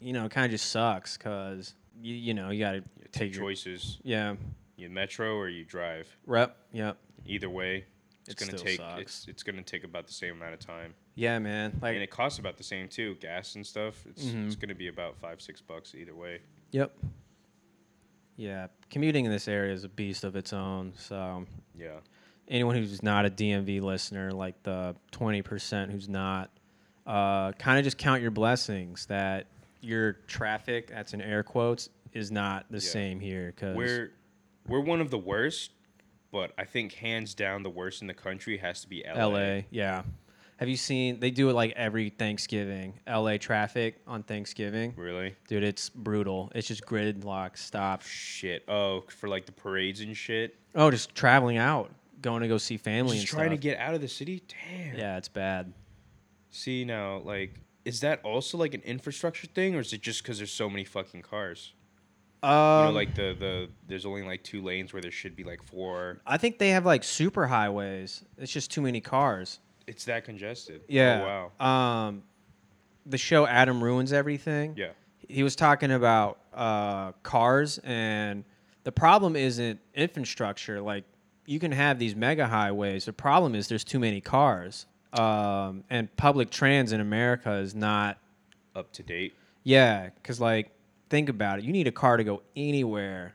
you know, it kind of just sucks because you, you know, you got to
Two
take your,
choices.
yeah,
You metro or you drive.
rep, yep,
either way it's
It
gonna
still
take
sucks.
it's it's gonna take about the same amount of time
yeah, man, like,
and it costs about the same too gas and stuff it's it's
Mm-hmm.
gonna be about five six bucks either way
yep, yeah, commuting in this area is a beast of its own, so.
yeah
anyone who's not a DMV listener, like the 20% who's not, uh, kind of just count your blessings that your traffic, that's in air quotes, is not the
Yeah.
same here. Cause
we're we're one of the worst but i think hands down the worst in the country has to be la,
LA, yeah. Have you seen, they do it like every Thanksgiving, LA traffic on Thanksgiving.
really
Dude, it's brutal. It's just gridlock, stop.
shit oh for like the parades and shit
Oh, just traveling out, going to go see family
just
and
trying to
stuff.
get out of the city damn
yeah, it's bad.
see now like is that also like an infrastructure thing or is it just because there's so many fucking cars you know,
Um,
like the the there's only like two lanes where there should be like four.
I think they have like super highways. It's just too many cars.
It's that congested.
Yeah.
Oh, wow.
Um, the show Adam ruins everything.
Yeah.
He was talking about uh, cars, and the problem isn't infrastructure. Like you can have these mega highways. The problem is there's too many cars, um, and public trans in America is not.
Up to date.
Yeah, because like think about it. You need a car to go anywhere.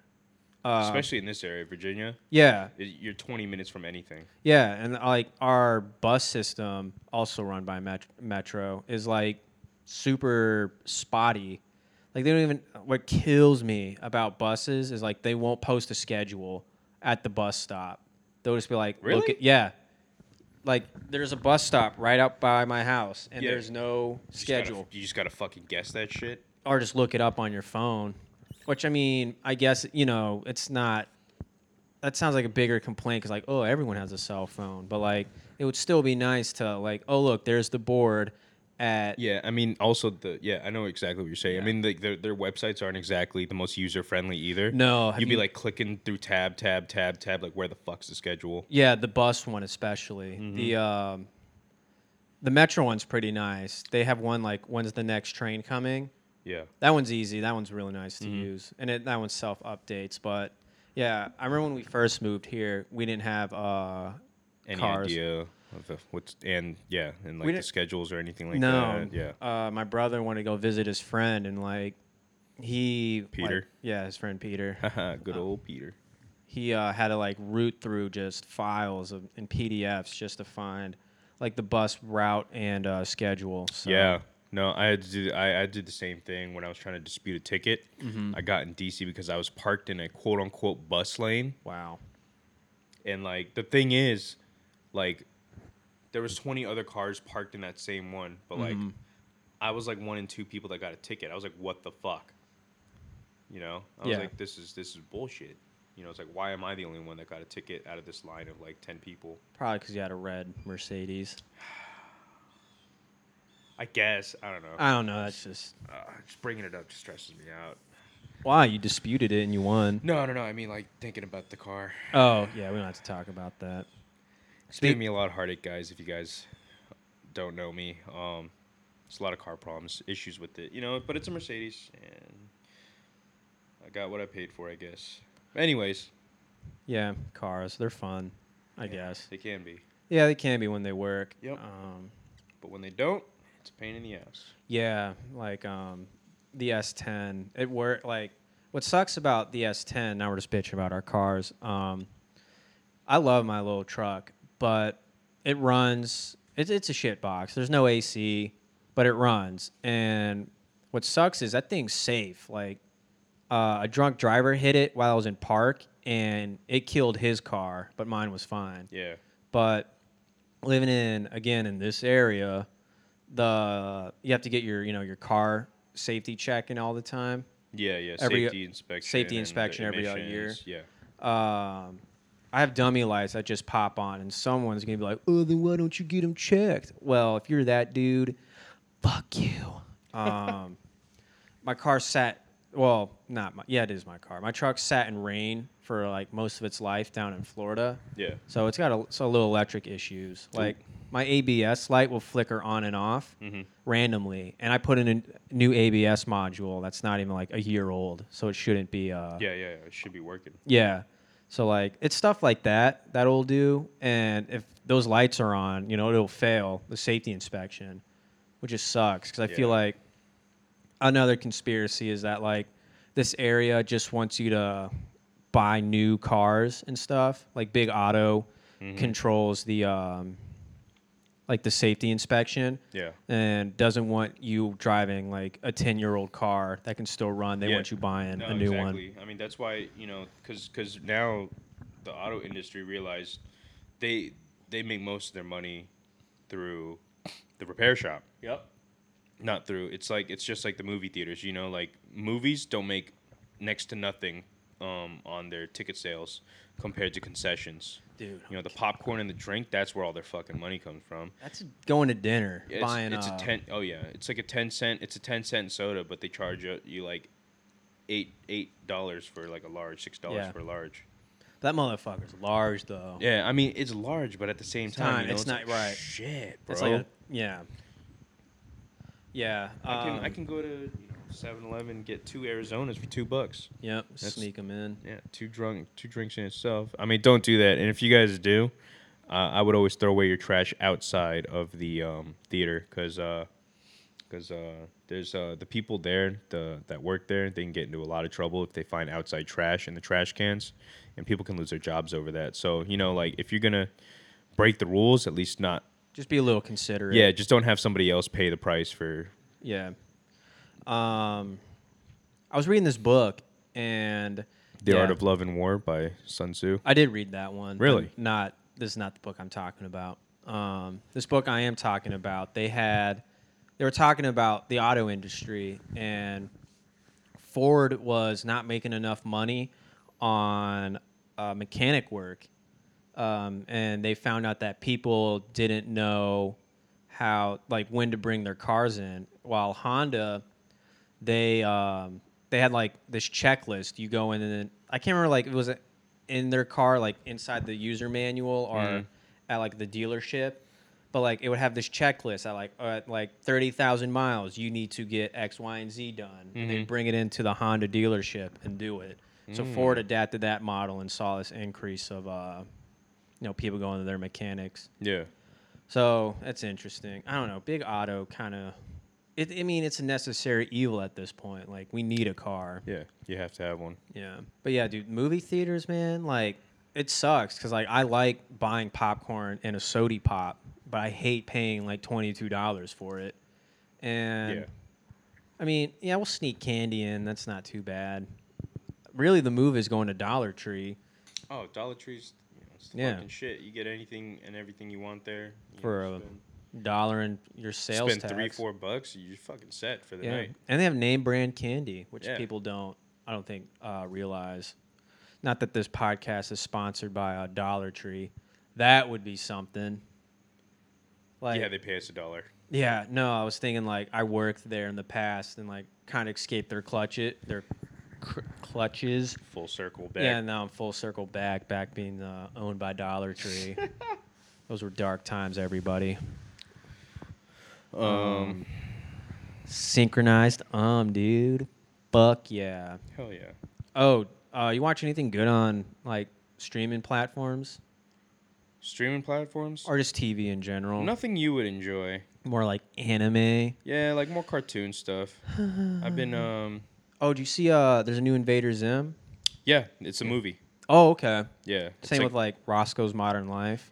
Uh,
Especially in this area, Virginia,
yeah,
it, you're 20 minutes from anything.
Yeah, and like our bus system, also run by Met- Metro, is like super spotty. Like they don't even. What kills me about buses is like they won't post a schedule at the bus stop. They'll just be like, "Look
Really?
at yeah." Like there's a bus stop right out by my house, and
Yeah.
there's no
You just gotta-
schedule,
you just gotta fucking guess that shit.
or just look it up on your phone. Which I mean, I guess you know it's not that sounds like a bigger complaint because like oh everyone has a cell phone but like it would still be nice to like oh look there's the board at
Yeah, I mean, also the yeah, I know exactly what you're saying. I mean, like their their websites aren't exactly the most user friendly either.
No, have
you'd be
you-
like clicking through tab, tab, tab, tab. Like, where the fuck's the schedule?
yeah the bus one especially
Mm-hmm.
the um the metro one's pretty nice they have one like when's the next train coming
Yeah,
that one's easy that one's really nice
Mm-hmm.
to use and it, that one self updates but yeah i remember when we first moved here we didn't have uh
any
cars
idea of the, what's and yeah, and
We
like the
didn't-
schedules or anything like
no
that. Yeah,
uh, my brother wanted to go visit his friend and like he like-
Peter?
yeah his friend peter
Haha,
Uh,
good old Peter.
he uh, had to like root through just files of, and PDFs just to find like the bus route and uh, schedule. So.
Yeah. No, I had to do, I, I did the same thing when I was trying to dispute a ticket. I got in DC because I was parked in a quote unquote bus lane.
Wow.
And like the thing is, like there was 20 other cars parked in that same one, but like I was like one in two people that got a ticket. I was like, what the fuck? You know? I was
Yeah.
like, this is this is bullshit. You know, it's like why am I the only one that got a ticket out of this line of like 10 people?
Probably because you had a red Mercedes.
I guess, I don't know.
I don't know. That's just
uh, just bringing it up just stresses me out.
wow. You disputed it and you won.
No, no, no. I mean like thinking about the car.
Oh yeah, we don't have to talk about that.
It's giving me a lot of heartache, guys. If you guys don't know me, um, it's a lot of car problems, issues with it, you know. But it's a Mercedes, and I got what I paid for, I guess. Anyways,
Yeah, cars. They're fun. I guess.
they can be,
Yeah, they can be when they work.
Yep.
Um,
but when they don't, it's a pain in the ass.
Yeah, like um, the S10. It worked. Like what sucks about the S10. Now we're just bitching about our cars. Um, I love my little truck, but it runs. It's it's a shit box. There's no AC, but it runs. And what sucks is that thing's safe. Like uh, a drunk driver hit it while I was in park, and it killed his car, but mine was fine
Yeah,
but living in again in this area the you have to get your you know your car safety checking all the time
yeah, yeah.
Every-
safety inspection.
safety
and the
inspection every other year.
emissions, Yeah.
um i have dummy lights that just pop on and someone's gonna be like oh then why don't you get them checked well if you're that dude fuck you um my car sat well not my yeah it is my car my truck sat in rain for like most of its life down in florida
Yeah.
So it's got a, so little electric issues. Like my ABS light will flicker on and off randomly, and I put in a n- new ABS module that's not even like a year old, so it shouldn't be. Uh,
Yeah, yeah, yeah. It should be working.
yeah. So like it's stuff like that that'll do, and if those lights are on, you know it'll fail the safety inspection, which just sucks because I feel
Yeah.
like another conspiracy is that like this area just wants you to buy new cars and stuff. Like Big Auto
Mm-hmm.
controls the um, like the safety inspection.
Yeah.
And doesn't want you driving like a ten year old car that can still run. They
Yeah.
want you buying
No,
a new one.
exactly. I mean, that's why you know, because now the auto industry realized they they make most of their money through the repair shop. Yep. Not through. It's like it's just like the movie theaters. You know, like movies don't make next to nothing um, on their ticket sales compared to concessions.
Dude,
You know, the popcorn and the drink. That's where all their fucking money comes from.
That's going to dinner,
Yeah, It's,
buying
it's
uh,
a ten. Oh yeah, it's like a ten cent. It's a ten cent soda, but they charge you, you like eight eight dollars for like a large, six dollars
Yeah.
for a large.
That motherfucker's large though.
Yeah, I mean it's large, but at the same time,
Time,
you know,
it's not right.
Shit, bro.
It's like a, yeah. Yeah.
I can I
um,
can go to you know 7-Eleven get two Arizonas for two bucks.
Yep.
That's-
Sneak them in.
Yeah, two drunk two drinks in itself. I mean, don't do that. And if you guys do, uh, I would always throw away your trash outside of the um, theater because because uh, there's uh, the people there the that work there. They can get into a lot of trouble if they find outside trash in the trash cans, and people can lose their jobs over that. So you know, like if you're gonna break the rules, at least not.
Just be a little considerate.
Yeah, just don't have somebody else pay the price for.
Yeah. Um, I was reading this book and
The
yeah,
Art of Love and War by Sun Tzu.
I did read that one. but
Really?
Not this is not the book I'm talking about. Um, this book I am talking about. They had they were talking about the auto industry and Ford was not making enough money on uh, mechanic work, um, and they found out that people didn't know how like when to bring their cars in. While Honda, they um, they had like this checklist. You go in and then, I can't remember like it was in their car like inside the user manual or at like the dealership. But like it would have this checklist at like uh, at like thirty thousand miles, you need to get X, Y, and Z done, and they bring it into the Honda dealership and do it. So Ford adapted that model and saw this increase of uh, you know people going to their mechanics.
Yeah.
So that's interesting. I don't know. Big auto kind of. It, I mean, it's a necessary evil at this point. Like we need a car.
Yeah, you have to have one.
Yeah. But yeah, dude, movie theaters, man, like it sucks because like I like buying popcorn and a sody pop, but I hate paying like twenty two dollars for it. And
Yeah.
I mean, yeah, we'll sneak candy in. That's not too bad. Really, the move is going to Dollar Tree
Oh, Dollar Tree's you know, it's the
Yeah.
fucking shit. You get anything and everything you want there. You
For
know,
a
spend,
dollar and your sales
spend
tax.
three, four bucks, you're fucking set for the
yeah.
night.
And they have name brand candy, which
Yeah.
people don't, I don't think, uh, realize. Not that this podcast is sponsored by a Dollar Tree. That would be something. Like,
yeah, they pay us a dollar.
yeah, no, I was thinking like I worked there in the past and like kind of escaped their clutch it, their cr- clutches.
Full circle back.
Yeah, now I'm full circle back, back being uh, owned by Dollar Tree. Those were dark times, everybody.
um,
Synchronized, um, dude. Fuck yeah.
hell yeah.
Oh, uh, you watch anything good on like streaming platforms
Streaming platforms?
or just TV in general?
Nothing you would enjoy.
More like anime.
Yeah, like more cartoon stuff. I've been um
Oh, do you see? Uh, there's a new Invader Zim.
yeah, it's a movie.
Oh, okay.
Yeah. it's
Same
like,
with like Roscoe's Modern Life.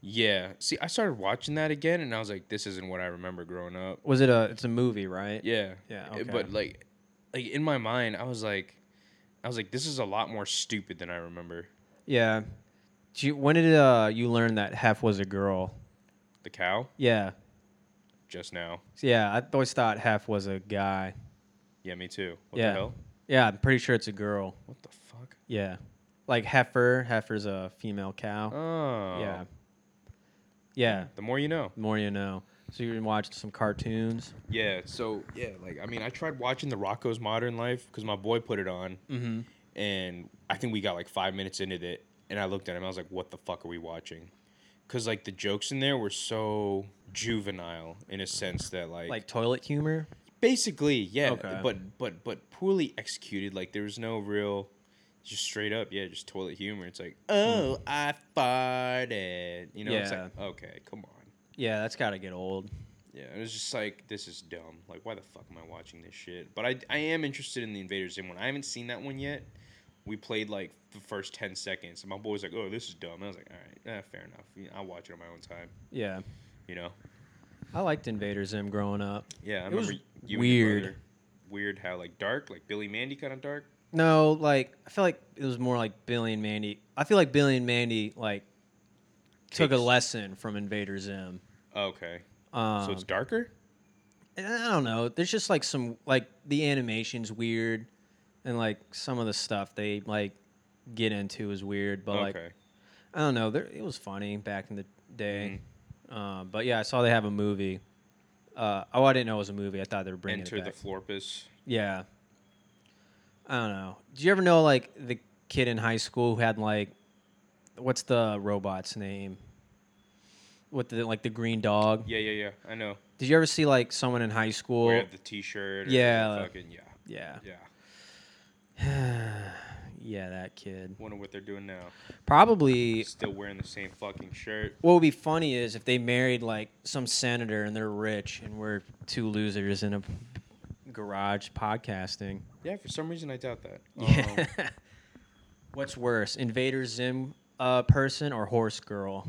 Yeah. See, I started watching that again and I was like this isn't what I remember growing up.
Was it a? It's a movie, right?
Yeah.
Yeah,
Uh,
okay.
But like, like in my mind, I was like, I was like, this is a lot more stupid than I remember.
Yeah. Do you, when did uh you learn that Hef was a girl?
The cow
Yeah.
just now.
Yeah, I always thought Hef was a guy.
Yeah, me too. What
yeah.
the hell?
Yeah, I'm pretty sure it's a girl.
What the fuck?
Yeah. Like heifer. Heifer's a female cow.
Oh. Hmm.
Yeah. Yeah.
The more you know.
The more you know. So you can watch some cartoons.
Yeah. So yeah, like I mean, I tried watching the Rocco's Modern Life because my boy put it on,
Mhm.
and I think we got like five minutes into it, and I looked at him. I was like, what the fuck are we watching? Because like the jokes in there were so juvenile in a sense that
Like toilet humor.
Basically, yeah.
Okay.
But but but poorly executed. Like there was no real, just straight up, yeah, just toilet humor. It's like,
Hmm.
oh, I farted. You know, it's like, okay, come on.
Yeah, that's got to get old.
Yeah, it was just like this is dumb. Like, why the fuck am I watching this shit? But I, I am interested in the Invader Zim one. I haven't seen that one yet. We played like the first ten seconds, and my boy was like, "Oh, this is dumb." And I was like, "All right, eh, fair enough. You know, I'll watch it on my own time."
Yeah.
You know?
I liked Invader Zim growing up.
Yeah, I
It was
remember you and your
weird.
brother- Weird how like dark, like Billy Mandy kind of dark.
No, like I feel like it was more like Billy and Mandy. I feel like Billy and Mandy like took a
Takes-
lesson from Invader Zim.
Okay.
Um,
so it's darker?
and I don't know. There's just like some like the animation's weird, and like some of the stuff they like get into is weird. But like
okay.
I don't know. There, it was funny back in the day.
Mm-hmm.
Um, but yeah, I saw they have a movie. Uh, oh, I didn't know it was a movie. I thought they were bringing
Enter
it
the
back.
Florpus.
yeah. I don't know. Do you ever know like the kid in high school who had like what's the robot's name? With the like the green dog.
Yeah, yeah, yeah. I know.
Did you ever see like someone in high school?
Wear the T-shirt. Or
Yeah.
The fucking, yeah.
Yeah.
Yeah.
Yeah, that kid.
Wonder what they're doing now.
Probably
Still wearing the same fucking shirt.
what would be funny is if they married like some senator and they're rich and we're two losers in a garage podcasting.
Yeah. For some reason, I doubt that.
Yeah.
Um,
What's worse, Invader Zim uh, person or horse girl?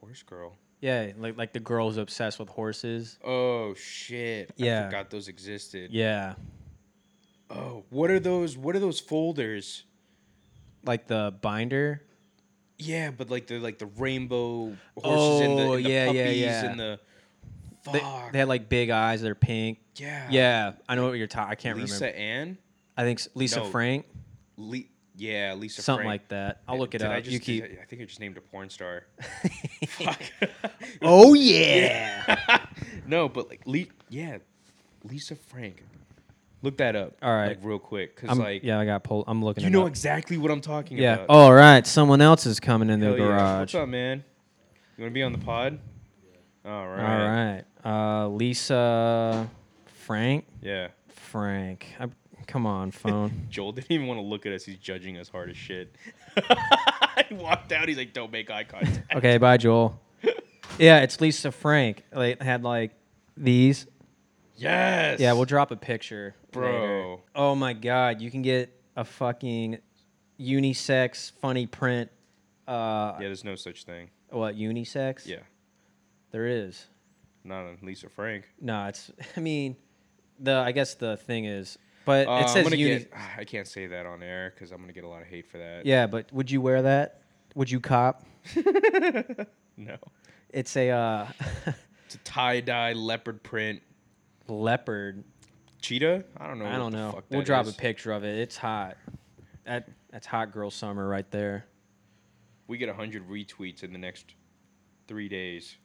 horse girl.
Yeah, like like the girl who's obsessed with horses.
Oh shit. I
Yeah.
forgot those existed.
Yeah,
Oh, what are those? What are those folders?
like the binder.
Yeah, but like the like the rainbow horses and the,
Oh,
and the
yeah, yeah,
puppies
yeah.
and the fuck.
They, they had like big eyes. They're pink.
yeah.
Yeah, I know what you're talking. I can't
Lisa
remember.
Ann?
I think s- Lisa
No,
Frank,
Le- yeah, Lisa
something
Frank.
like that. I'll look it
Did I
up.
just-
you
did
keep.
I, I think I just named a porn star. Fuck.
oh yeah.
no, but like Le- yeah, Lisa Frank. Look that up.
All right.
Like real quick cuz
I'm,
like
yeah, I got pulled. I'm looking.
you
it
know
up.
exactly what I'm talking
Yeah.
about.
All right. Someone else is coming in the
Hell yeah.
garage.
What's up, man? You want to be on the pod? All
All
right.
right. Uh, Lisa, Frank,
Yeah.
Frank. I, come on, phone.
Joel didn't even want to look at us. He's judging us hard as shit. he walked out. He's like, "Don't make eye contact."
okay. Bye, Joel. Yeah, it's Lisa Frank. They had like these.
Yes.
Yeah, we'll drop a picture, later.
Bro.
Oh my God, you can get a fucking unisex funny print. Uh,
yeah, there's no such thing.
what unisex?
Yeah,
there is.
not on Lisa Frank.
No, it's. I mean, the I guess the thing is, but
Uh,
it
I'm
says
gonna
uni.
get- I can't say that on air because I'm gonna get a lot of hate for that.
Yeah, but would you wear that? Would you cop?
No.
It's a uh,
It's a tie dye leopard print
leopard.
cheetah. I don't know.
I
what
don't
the
know.
fuck
We'll
that
drop a
is.
picture of it. It's hot. That that's hot girl summer right there.
We get hundred retweets in the next three days.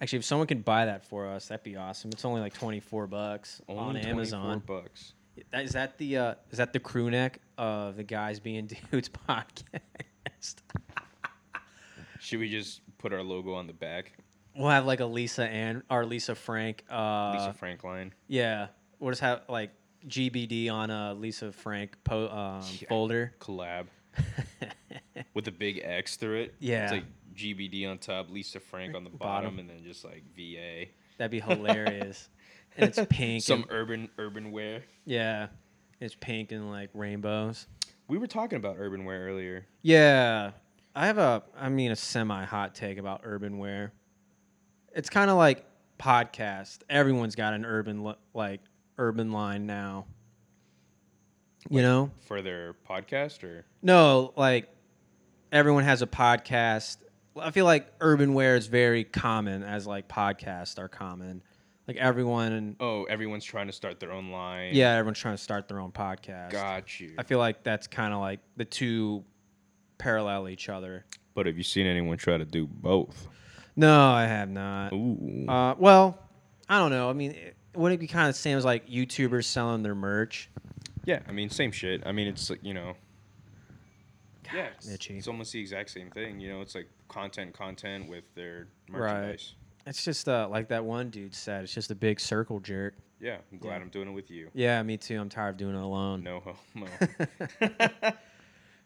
Actually, if someone could buy that for us, that'd be awesome. It's only like twenty four bucks
Only
on
24
Amazon.
bucks.
That- Is that the uh, is that the crew neck of the guys being dudes podcast?
Should we just put our logo on the back?
We'll have like a Lisa and or Lisa Frank. Uh,
Lisa Frank line.
Yeah, we'll just have like GBD on a Lisa Frank po- um,
Yeah.
folder.
collab with a big X through it.
Yeah.
It's like GBD on top, Lisa Frank on the bottom,
Bottom.
and then just like VA.
That'd be hilarious. and it's pink.
Some
and-
urban urban wear.
yeah, it's pink and like rainbows.
We were talking about urban wear earlier.
Yeah, I have a, I mean, a semi hot take about urban wear. It's kind of like podcast. Everyone's got an urban lo- like urban line now. You know,
For their podcast or
No, like everyone has a podcast. I feel like urban wear is very common as like podcasts are common. Like everyone and
oh, everyone's trying to start their own line.
yeah, everyone's trying to start their own podcast.
Got you.
I feel like that's kind of like the two parallel each other.
But have you seen anyone try to do both?
No, I have not.
Ooh.
Uh, well, I don't know. I mean, it, would it be kind of the same as like YouTubers selling their merch?
yeah, I mean same shit. I mean it's like, you know yeah, it's,
Mitchie.
it's almost the exact same thing. You know, it's like content, content with their
Right.
merchandise.
It's just uh, like that one dude said. It's just a big circle jerk.
Yeah, I'm glad
Yeah.
I'm doing it with you.
Yeah, me too. I'm tired of doing it alone.
No homo.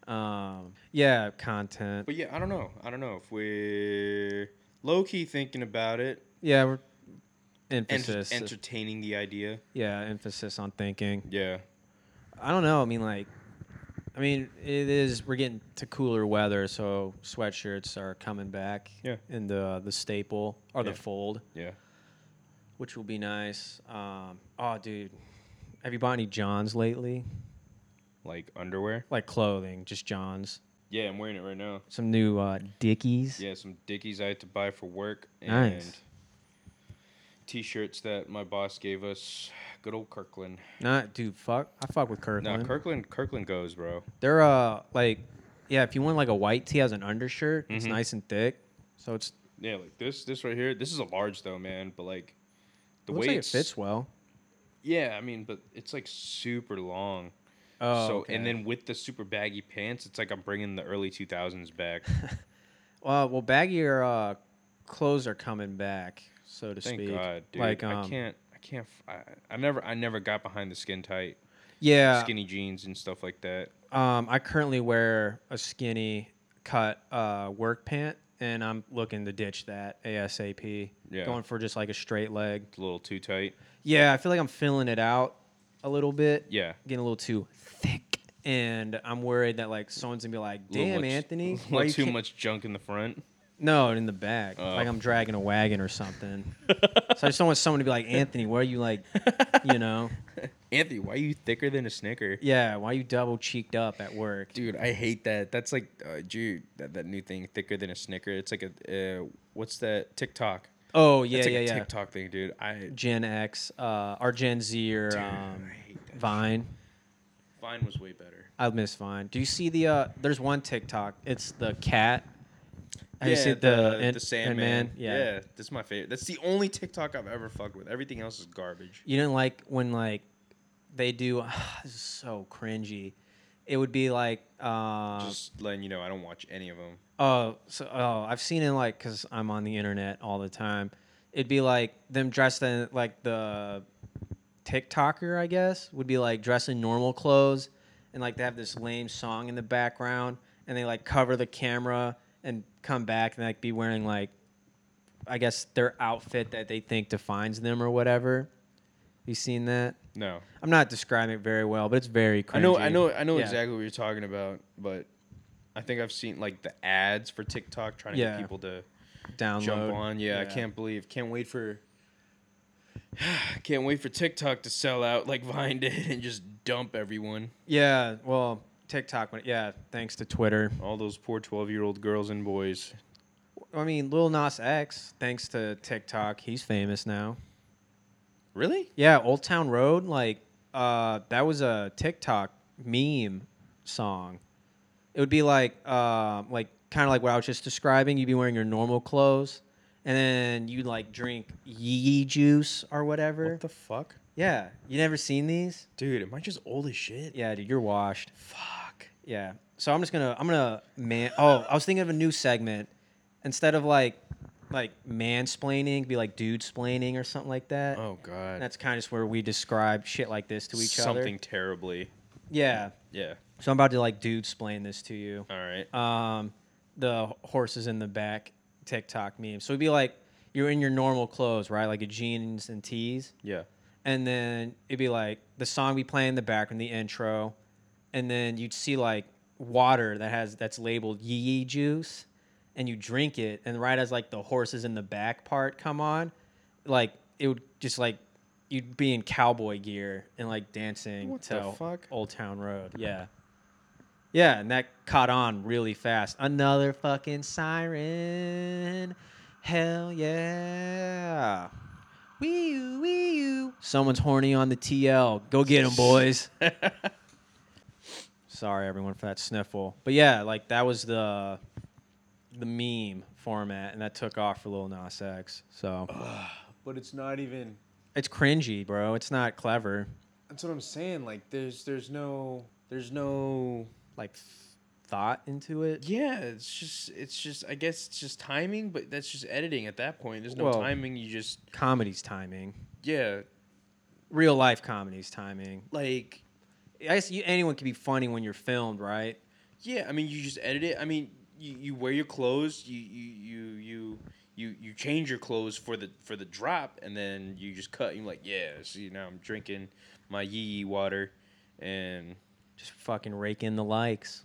Um, yeah, content.
But yeah, I don't know. I don't know if we're low key thinking about it
Yeah, we're
and
emphasis.
entertaining the idea.
yeah, emphasis on thinking.
Yeah.
I don't know. I mean, like, I mean, it is. We're getting to cooler weather, so sweatshirts are coming back.
Yeah.
In the the staple or
Yeah.
the fold,
Yeah.
which will be nice. Um, oh, dude, have you bought any Johns lately?
Like underwear.
Like clothing, just Johns.
Yeah, I'm wearing it right now.
Some new uh, Dickies.
Yeah, some dickies I had to buy for work and
Nice.
t-shirts that my boss gave us. Good old Kirkland.
Not, dude. Fuck, I fuck with Kirkland.
No, Kirkland Kirkland goes, bro.
They're uh like yeah, if you want like a white tee as an undershirt, it's
Mhm.
nice and thick. So it's
Yeah, like this this right here. This is a large though, man, but like the
looks
way
like it
it's-
fits well.
Yeah, I mean, but it's like super long.
Oh,
so
okay.
and then with the super baggy pants, it's like I'm bringing the early 2000s back.
Uh, well, baggier uh, clothes are coming back, so to
Thank
speak.
God, dude.
Like,
I
um,
can't. I can't. f- I, I never. I never got behind the skin tight,
Yeah,
skinny jeans and stuff like that.
um, I currently wear a skinny cut uh, work pant, and I'm looking to ditch that ASAP.
Yeah.
Going for just like a straight leg.
It's a little too tight.
Yeah, I feel like I'm filling it out a little bit.
Yeah.
Getting a little too thick, and I'm worried that like someone's gonna be like,
A little
"Damn,
much-
Anthony,
a
why
little
you
too
can't-"
much junk in the front.
No, in the back,
Oh.
like I'm dragging a wagon or something. so I just don't want someone to be like, "Anthony, why are you like, you know,
Anthony, why are you thicker than a Snicker?
yeah, why are you double cheeked up at work?"
Dude, I hate that. That's like, uh, dude, that, that new thing, thicker than a Snicker. It's like a, uh, what's that? TikTok.
Oh
That's
yeah,
like
yeah,
a
yeah.
TikTok thing, dude. I
Gen X, uh, or Gen Z, or
Dude, oh
um,
I hate that
Vine.
Vine was way better.
I miss Vine. Do you see the? Uh, there's one TikTok. It's the cat. Have you seen Ant- Ant-Man?
Yeah.
Yeah.
yeah, that's my favorite. That's the only TikTok I've ever fucked with. Everything else is garbage.
You didn't like when like they do. this is so cringy. It would be like, uh,
Just letting you know, I don't watch any of them.
oh, so oh, I've seen it like because I'm on the internet all the time. It'd be like them dressed in like the TikToker, I guess, would be like dressed in normal clothes and like they have this lame song in the background and they like cover the camera and come back and like be wearing like I guess their outfit that they think defines them or whatever. You seen that?
No,
I'm not describing it very well, but it's very cringy.
I know, I know, I know
Yeah.
exactly what you're talking about, but I think I've seen like the ads for TikTok trying to
Yeah.
get people to
Download.
jump on. Yeah, I can't believe, can't wait for, can't wait for TikTok to sell out like Vine did and just dump everyone.
Yeah, well, TikTok went yeah, thanks to Twitter.
All those poor twelve-year-old girls and boys.
I mean, Lil Nas X, thanks to TikTok, he's famous now.
Really?
Yeah, Old Town Road, like uh, that was a TikTok meme song. It would be like, uh, like kind of like what I was just describing. You'd be wearing your normal clothes, and then you'd like drink yee juice or whatever.
What the fuck,
yeah, you never seen these?
dude? Am I just old as shit?
Yeah, dude, you're washed.
Fuck.
Yeah. So I'm just gonna I'm gonna man. Oh, I was thinking of a new segment instead of like like mansplaining, be like dude splaining or something like that.
Oh god.
That's kind of just where we describe shit like this to each
Something
other.
terribly.
Yeah.
Yeah.
So I'm about to like dude splain this to you.
All right.
Um, the horses in the back TikTok meme. So it'd be like you're in your normal clothes, right? Like your jeans and tees.
Yeah.
and then it'd be like the song be playing in the background, the intro, and then you'd see like water that has that's labeled yee yee juice, and you drink it, and right as like the horses in the back part come on, like it would just like you'd be in cowboy gear and like dancing
What the
to
fuck?
Old Town Road, yeah. Yeah, and that caught on really fast. Another fucking siren. Hell yeah. Wee wee Someone's horny on the TL. Go get him, boys. Sorry everyone for that sniffle. But yeah, like that was the the meme format and that took off for Lil Nas X. So
But it's not even.
it's cringy, bro. It's not clever.
That's what I'm saying. Like, there's there's no there's no.
Like th- thought into it.
Yeah, it's just it's just I guess it's just timing, but that's just editing at that point. There's no
Well-
timing. You just
Comedy's timing.
yeah,
Real life comedy's timing.
like
I guess you, anyone can be funny when you're filmed, right?
yeah. I mean, you just edit it. I mean, you, you wear your clothes. You you you you. You, you change your clothes for the for the drop and then you just cut you're like yeah see now I'm drinking my yee yee water and
Just fucking rake in the likes.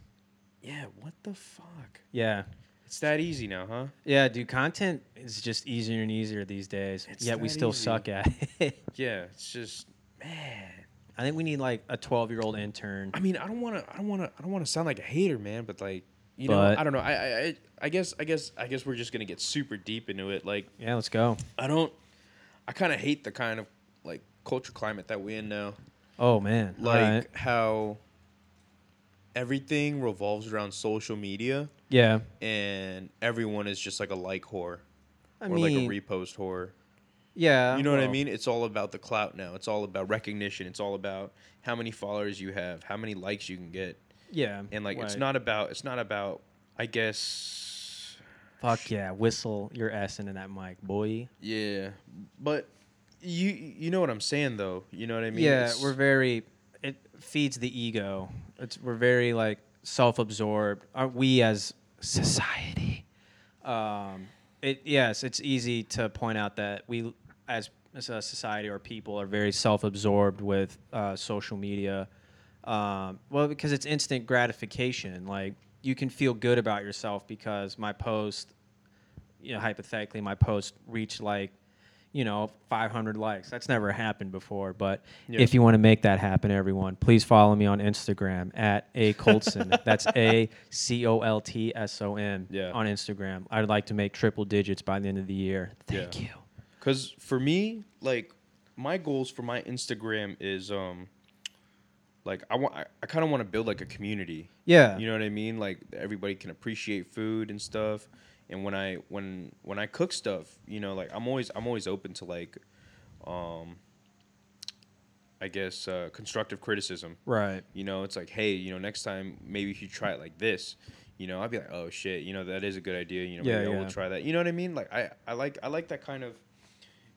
yeah what the fuck
Yeah.
It's that easy now, huh?
Yeah, dude, content is just easier and easier these days.
It's
yet we
that
still
easy.
suck at it.
Yeah, it's just man.
I think we need like a 12 year old intern.
I mean, I don't want to. I don't want to. I don't want to sound like a hater, man. But like, you
But-
know, I don't know. I, I, I, I guess, I guess, I guess we're just gonna get super deep into it. Like,
Yeah, let's go.
I don't. I kind of hate the kind of like culture climate that we're in now.
Oh, man. All
Like
right.
how everything revolves around social media,
yeah.
and everyone is just like a like whore
I
or
mean,
like a repost whore.
Yeah.
You know what I
well,
mean? It's all about the clout now. It's all about recognition. It's all about how many followers you have, how many likes you can get,
Yeah.
and like it's
right.
not about it's not about I guess
Fuck yeah! Whistle your ass into that mic, boy.
yeah, but you you know what I'm saying though. You know what I mean?
yeah,
It's-
we're very. It feeds the ego. It's we're very like self-absorbed. Are we as society? Um, it yes, it's easy to point out that we as as a society or people are very self-absorbed with uh, social media. Um, well, because it's instant gratification. Like you can feel good about yourself because my post you know, hypothetically, my post reached like, you know, 500 likes. That's never happened before. But
Yeah.
if you want to make that happen, everyone, please follow me on Instagram at a Colson. That's a c o l t s o n
Yeah.
on Instagram. I'd like to make triple digits by the end of the year. Thank
Yeah.
you.
Cause for me, like my goals for my Instagram is um like I want I, I kind of want to build like a community.
Yeah.
You know what I mean? Like everybody can appreciate food and stuff. And when I when when I cook stuff, you know, like I'm always I'm always open to like um I guess uh constructive criticism.
right.
You know, it's like, hey, you know, next time maybe if you try it like this, you know, I'd be like, oh shit, you know, that is a good idea. You know,
Yeah,
maybe I
yeah.
will try that. You know what I mean? Like I, I like I like that kind of,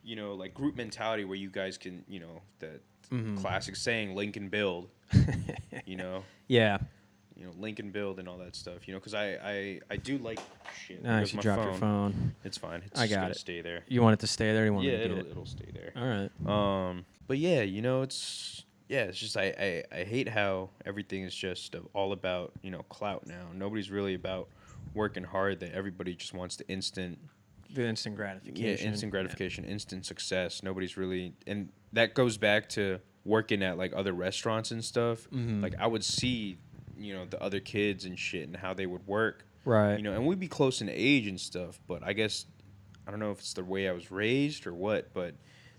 you know, like group mentality where you guys can, you know, that
Mm-hmm.
classic saying, link and build. you know,
Yeah.
you know, link and build and all that stuff. You know, because I, I I do like shit.
Now you
because
should
my
drop your phone.
It's fine. It's
I
just
got
gonna
it.
Stay there.
You want it to stay there? You want
Yeah,
me to get
it'll
it?
it'll stay there.
All right.
Um, but yeah, you know, it's yeah, it's just I, I I hate how everything is just all about you know clout now. Nobody's really about working hard. That everybody just wants the instant
The instant
yeah
gratification.
instant gratification, instant success. Nobody's really and that goes back to working at like other restaurants and stuff.
Mhm.
Like I would see you know the other kids and shit and how they would work.
Right.
You know, and we'd be close in age and stuff, but I guess I don't know if it's the way I was raised or what, but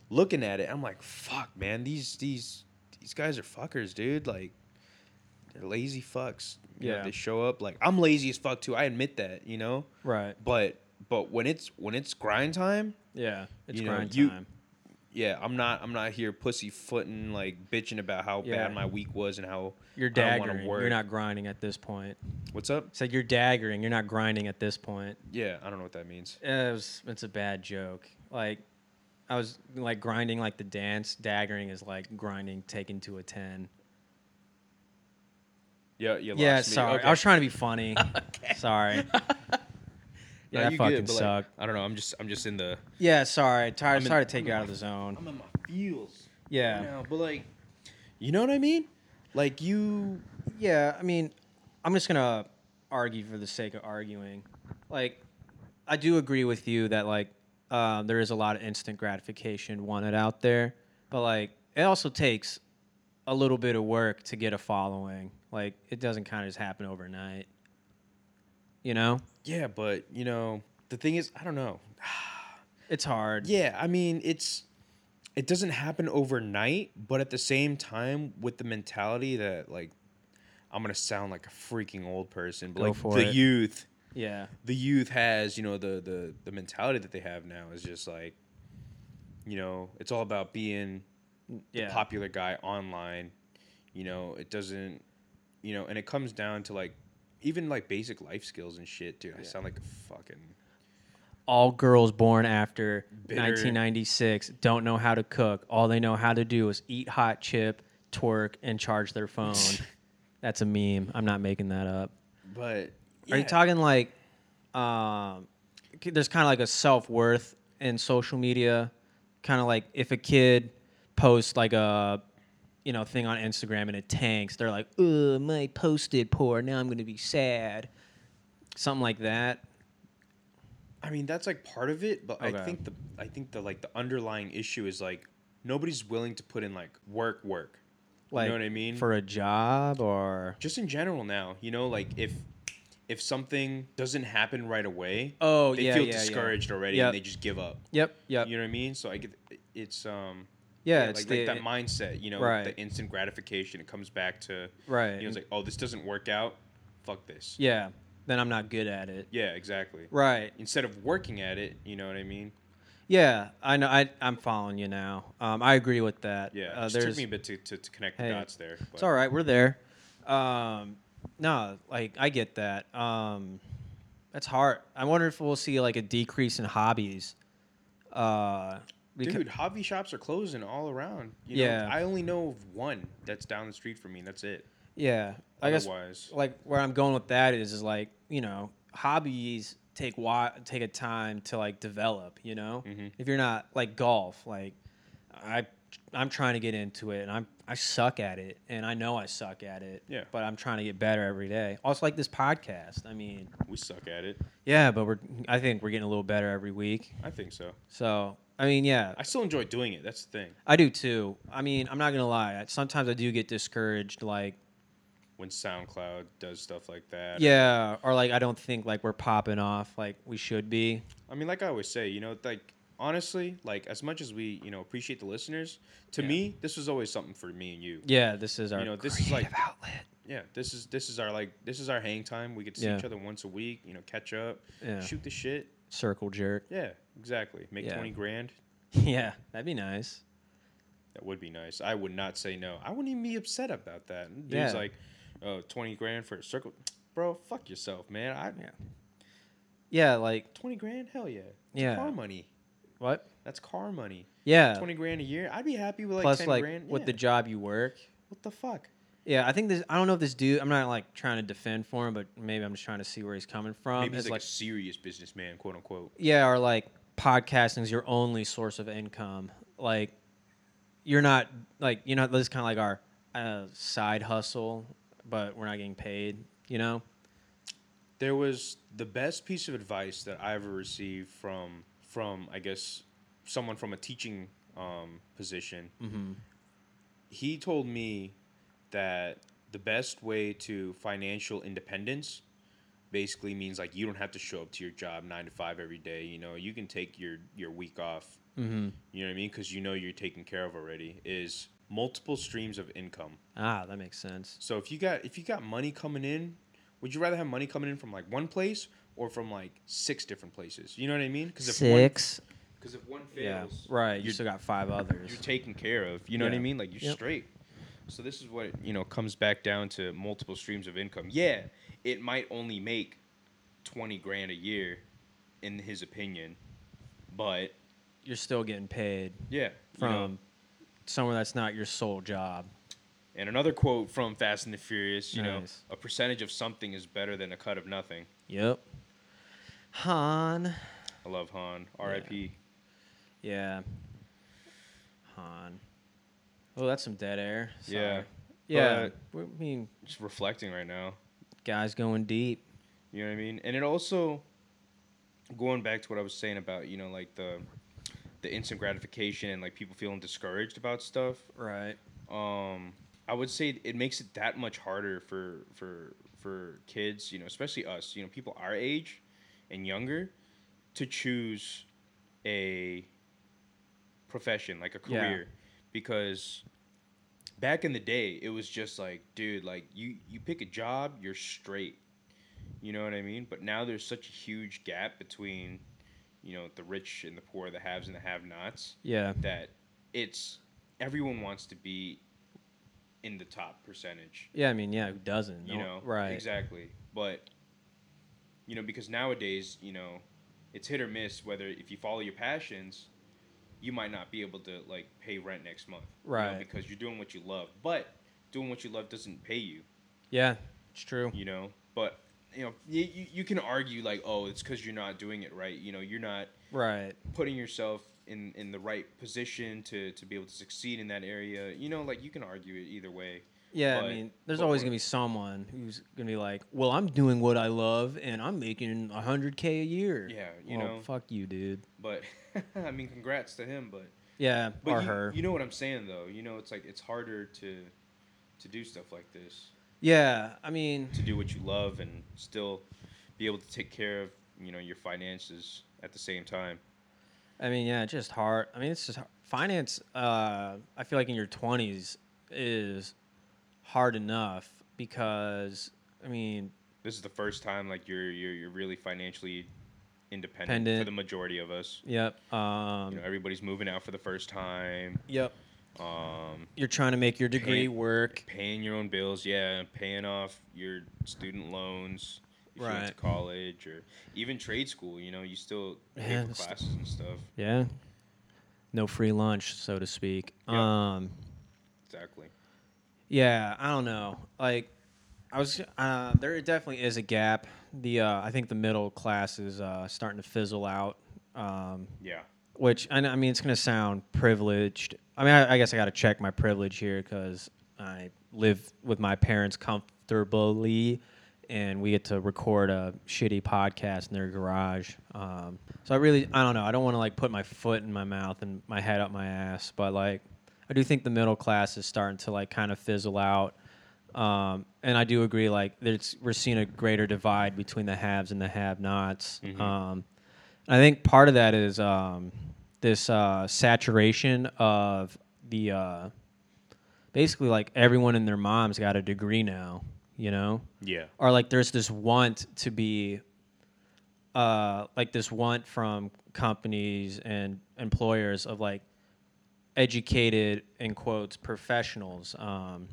looking at it, I'm like, fuck, man, these these these guys are fuckers, dude. Like they're lazy fucks. You know,
Yeah.
they show up like I'm lazy as fuck too. I admit that, you know?
right.
But but when it's when it's grind time,
Yeah. It's
You know,
grind
you-
time.
yeah, I'm not I'm not here pussyfooting like bitching about how
Yeah.
bad my week was and how
You're
I don't wanna
daggering. You're
work.
not grinding at this point.
What's up?
So you're daggering. You're not grinding at this point. Eh,
Yeah, I don't know what that means.
It was, it's a bad joke. Like, I was like grinding like the dance. Daggering is like grinding taken to a ten.
Yeah, you
yeah,
lost me.
sorry.
Okay.
I was trying to be funny. Sorry.
No,
yeah, that
you
fucking
good, but, like,
sucked.
I don't know. I'm just I'm just in the
Yeah, sorry. Tired.
I'm in-
sorry to take
I'm
you
in
out
my-
of the zone.
I'm in my feels.
Yeah.
Right now, but like, you know what I mean? Like you.
Yeah, I mean, I'm just gonna argue for the sake of arguing. Like, I do agree with you that like um, there is a lot of instant gratification wanted out there, but like it also takes a little bit of work to get a following. Like, it doesn't kind of just happen overnight. You know,
Yeah, but you know the thing is, I don't know.
it's hard.
Yeah, I mean it's it doesn't happen overnight, but at the same time, with the mentality that like I'm gonna sound like a freaking old person, but
Go
like
for
the
it.
youth,
Yeah.
the youth has, you know, the the the mentality that they have now is just like, you know, it's all about being the
Yeah.
popular guy online. You know, it doesn't, you know, and it comes down to like even like basic life skills and shit, dude. I sound like a fucking
all girls born after
Bitter.
1996 don't know how to cook. All they know how to do is eat hot chip, twerk, and charge their phone. That's a meme. I'm not making that up.
but
Are you
yeah,
talking like, um, k- there's kind of like a self worth in social media, kind of like if a kid posts like a, you know, thing on Instagram and it tanks, they're like, "Ugh, my post did poor. Now I'm gonna be sad." Something like that.
I mean that's like part of it, but
Okay.
I think the I think the like the underlying issue is like nobody's willing to put in like work work.
Like
you know what I mean?
for a job or
just in general now, you know, like if if something doesn't happen right away,
Oh,
they
yeah,
feel
yeah, yeah.
discouraged already
Yep.
and they just give up.
Yep, yep.
You know what I mean? So I get it's um
yeah, it's
like,
the,
like that mindset, you know,
Right.
the instant gratification. It comes back to
Right,
You know,
and-
it's like, oh, this doesn't work out. Fuck this. Yeah,
yeah. Then I'm not good at it.
exactly.
Right.
Instead of working at it, you know what I mean?
Yeah, I know. I I'm following you now. Um, I agree with that.
Yeah,
uh,
it just took
there's-
me a bit to, to, to connect
Hey,
the dots there. But
It's all right. We're there. Um, no, like I get that. Um, that's hard. I wonder if we'll see like a decrease in hobbies. Uh, becau-
Dude, hobby shops are closing all around. You
Yeah.
know, I only know of one that's down the street from me, and that's it.
yeah. I guess
Otherwise,
like where I'm going with that is is like you know hobbies take wa- take a time to like develop. You know,
Mhm.
if you're not like golf, like I I'm trying to get into it and I'm I suck at it and I know I suck at it.
Yeah.
But I'm trying to get better every day. Also like this podcast. I mean,
we suck at it.
yeah, but we're I think we're getting a little better every week.
I think so.
So I mean, yeah,
I still enjoy doing it. That's the thing.
I do too. I mean, I'm not gonna lie. I- Sometimes I do get discouraged, like
When SoundCloud does stuff like that.
yeah, or like I don't think like we're popping off like we should be.
I mean, like I always say, you know, like honestly, like as much as we, you know, appreciate the listeners, to
Yeah.
me, this was always something for me and you.
Yeah, this is our
know, this is, like-
creative outlet.
Yeah, this is this is our like this is our hang time. We get to see
Yeah.
each other once a week. You know, catch up,
Yeah.
shoot the shit.
Circle jerk.
Yeah, exactly. Make
Yeah.
twenty grand.
yeah, that'd be nice.
That would be nice. I would not say no. I wouldn't even be upset about that. And
Yeah.
Dude's like, oh, 20 grand for a circle. Bro, fuck yourself, man. I
Yeah. Yeah, like
20 grand? Hell yeah. It's
Yeah.
Car money.
what?
That's car money.
Yeah.
20 grand a year? I'd be happy with like
Plus,
10
like
grand.
with
Yeah.
the job you work.
what the fuck?
Yeah, I think this. I don't know if this dude. I'm not like trying to defend for him, but maybe I'm just trying to see where he's coming from.
Maybe he's
It's
Um, like,
like,
a serious businessman, quote unquote.
yeah, or like podcasting is your only source of income. Like, you're not like you know this is kind of like our uh, side hustle, but we're not getting paid. You know?
There was the best piece of advice that I ever received from from I guess someone from a teaching um, position.
Mm-hmm.
he told me that the best way to financial independence basically means like you don't have to show up to your job nine to five every day. You know, you can take your your week off.
Mm-hmm.
You know what I mean? Because you know you're taken care of already. Is multiple streams of income.
Ah, that makes sense.
So if you got if you got money coming in, would you rather have money coming in from like one place or from like six different places? You know what I mean? Because Because if one
Yeah,
fails,
right. You
you're-
still got five others.
you're taken care of. You know what I
Yeah.
mean? Like you're
Yep.
straight. So this is what you know comes back down to multiple streams of income. Yeah, it might only make twenty grand a year, in his opinion, but
You're still getting paid
yeah. you
from
know.
somewhere that's not your sole job.
and another quote from Fast and the Furious, you
Nice.
know, a percentage of something is better than a cut of nothing.
Yep. Han.
I love Han. R.I.P.
Yeah. Han. Oh, that's some dead air. Sorry.
Yeah,
Yeah.
but-
we I mean,
Just reflecting right now.
guys going deep.
You know what I mean? And it also going back to what I was saying about, you know, like the the instant gratification and like people feeling discouraged about stuff.
Right.
Um I would say it makes it that much harder for for for kids, you know, especially us, you know, people our age and younger to choose a profession, like a
Yeah.
career because back in the day it was just like, dude, like you you pick a job, you're straight. You know what I mean? But now there's such a huge gap between, you know, the rich and the poor, the haves and the have-nots,
Yeah.
that it's everyone wants to be in the top percentage.
Yeah. I mean, yeah. Who doesn't?
You know,
No- Right.
Exactly. But you know, because nowadays, you know, it's hit or miss whether if you follow your passions, you might not be able to like pay rent next month, you know,
Right.
because you're doing what you love, but doing what you love doesn't pay you
Yeah. It's true.
you know but you know you, you, you can argue like oh it's because you're not doing it right you know you're not
Right.
putting yourself in in the right position to to be able to succeed in that area you know like you can argue it either way
Yeah,
but-
I mean, there's
but
always
we're-
gonna be someone who's gonna be like, "Well, I'm doing what I love, and I'm making hundred k a year."
Yeah, you
Well,
know.
fuck you, dude.
but i mean congrats to him but
Yeah,
but
or
you,
her.
you know what i'm saying though you know it's like it's harder to to do stuff like this
yeah, I mean,
to do what you love and still be able to take care of you know your finances at the same time
I mean, yeah, it's just hard. I mean, it's just hard. finance. Uh, I feel like in your twenties is hard enough because I mean,
this is the first time like you're you're, you're really financially independent for
Pendant.
the majority of us.
Yep. Um,
You know, everybody's moving out for the first time.
yep.
Um,
You're trying to make your degree
Pain-
work.
paying your own bills, yeah, paying off your student loans if you went to
Right.
college or even trade school. You know, you still pay
Yeah,
for
it's-
classes and stuff.
Yeah. No free lunch, so to speak.
Yeah.
Um,
Exactly.
Yeah, I don't know. Like, I was uh, there definitely is a gap. The uh, I think the middle class is uh, starting to fizzle out. Um,
Yeah.
which I, I mean, it's gonna sound privileged. I mean, I, I guess I got to check my privilege here because I live with my parents comfortably, and we get to record a shitty podcast in their garage. Um, so I really, I don't know. I don't want to like put my foot in my mouth and my head up my ass, but like, I do think the middle class is starting to like kind of fizzle out. Um, and I do agree, like, there's, we're seeing a greater divide between the haves and the have-nots. Um, I think part of that is um, this uh, saturation of the uh, basically like everyone and their mom's got a degree now, you know,
Yeah.
or like there's this want to be uh, like this want from companies and employers of like educated in quotes professionals um,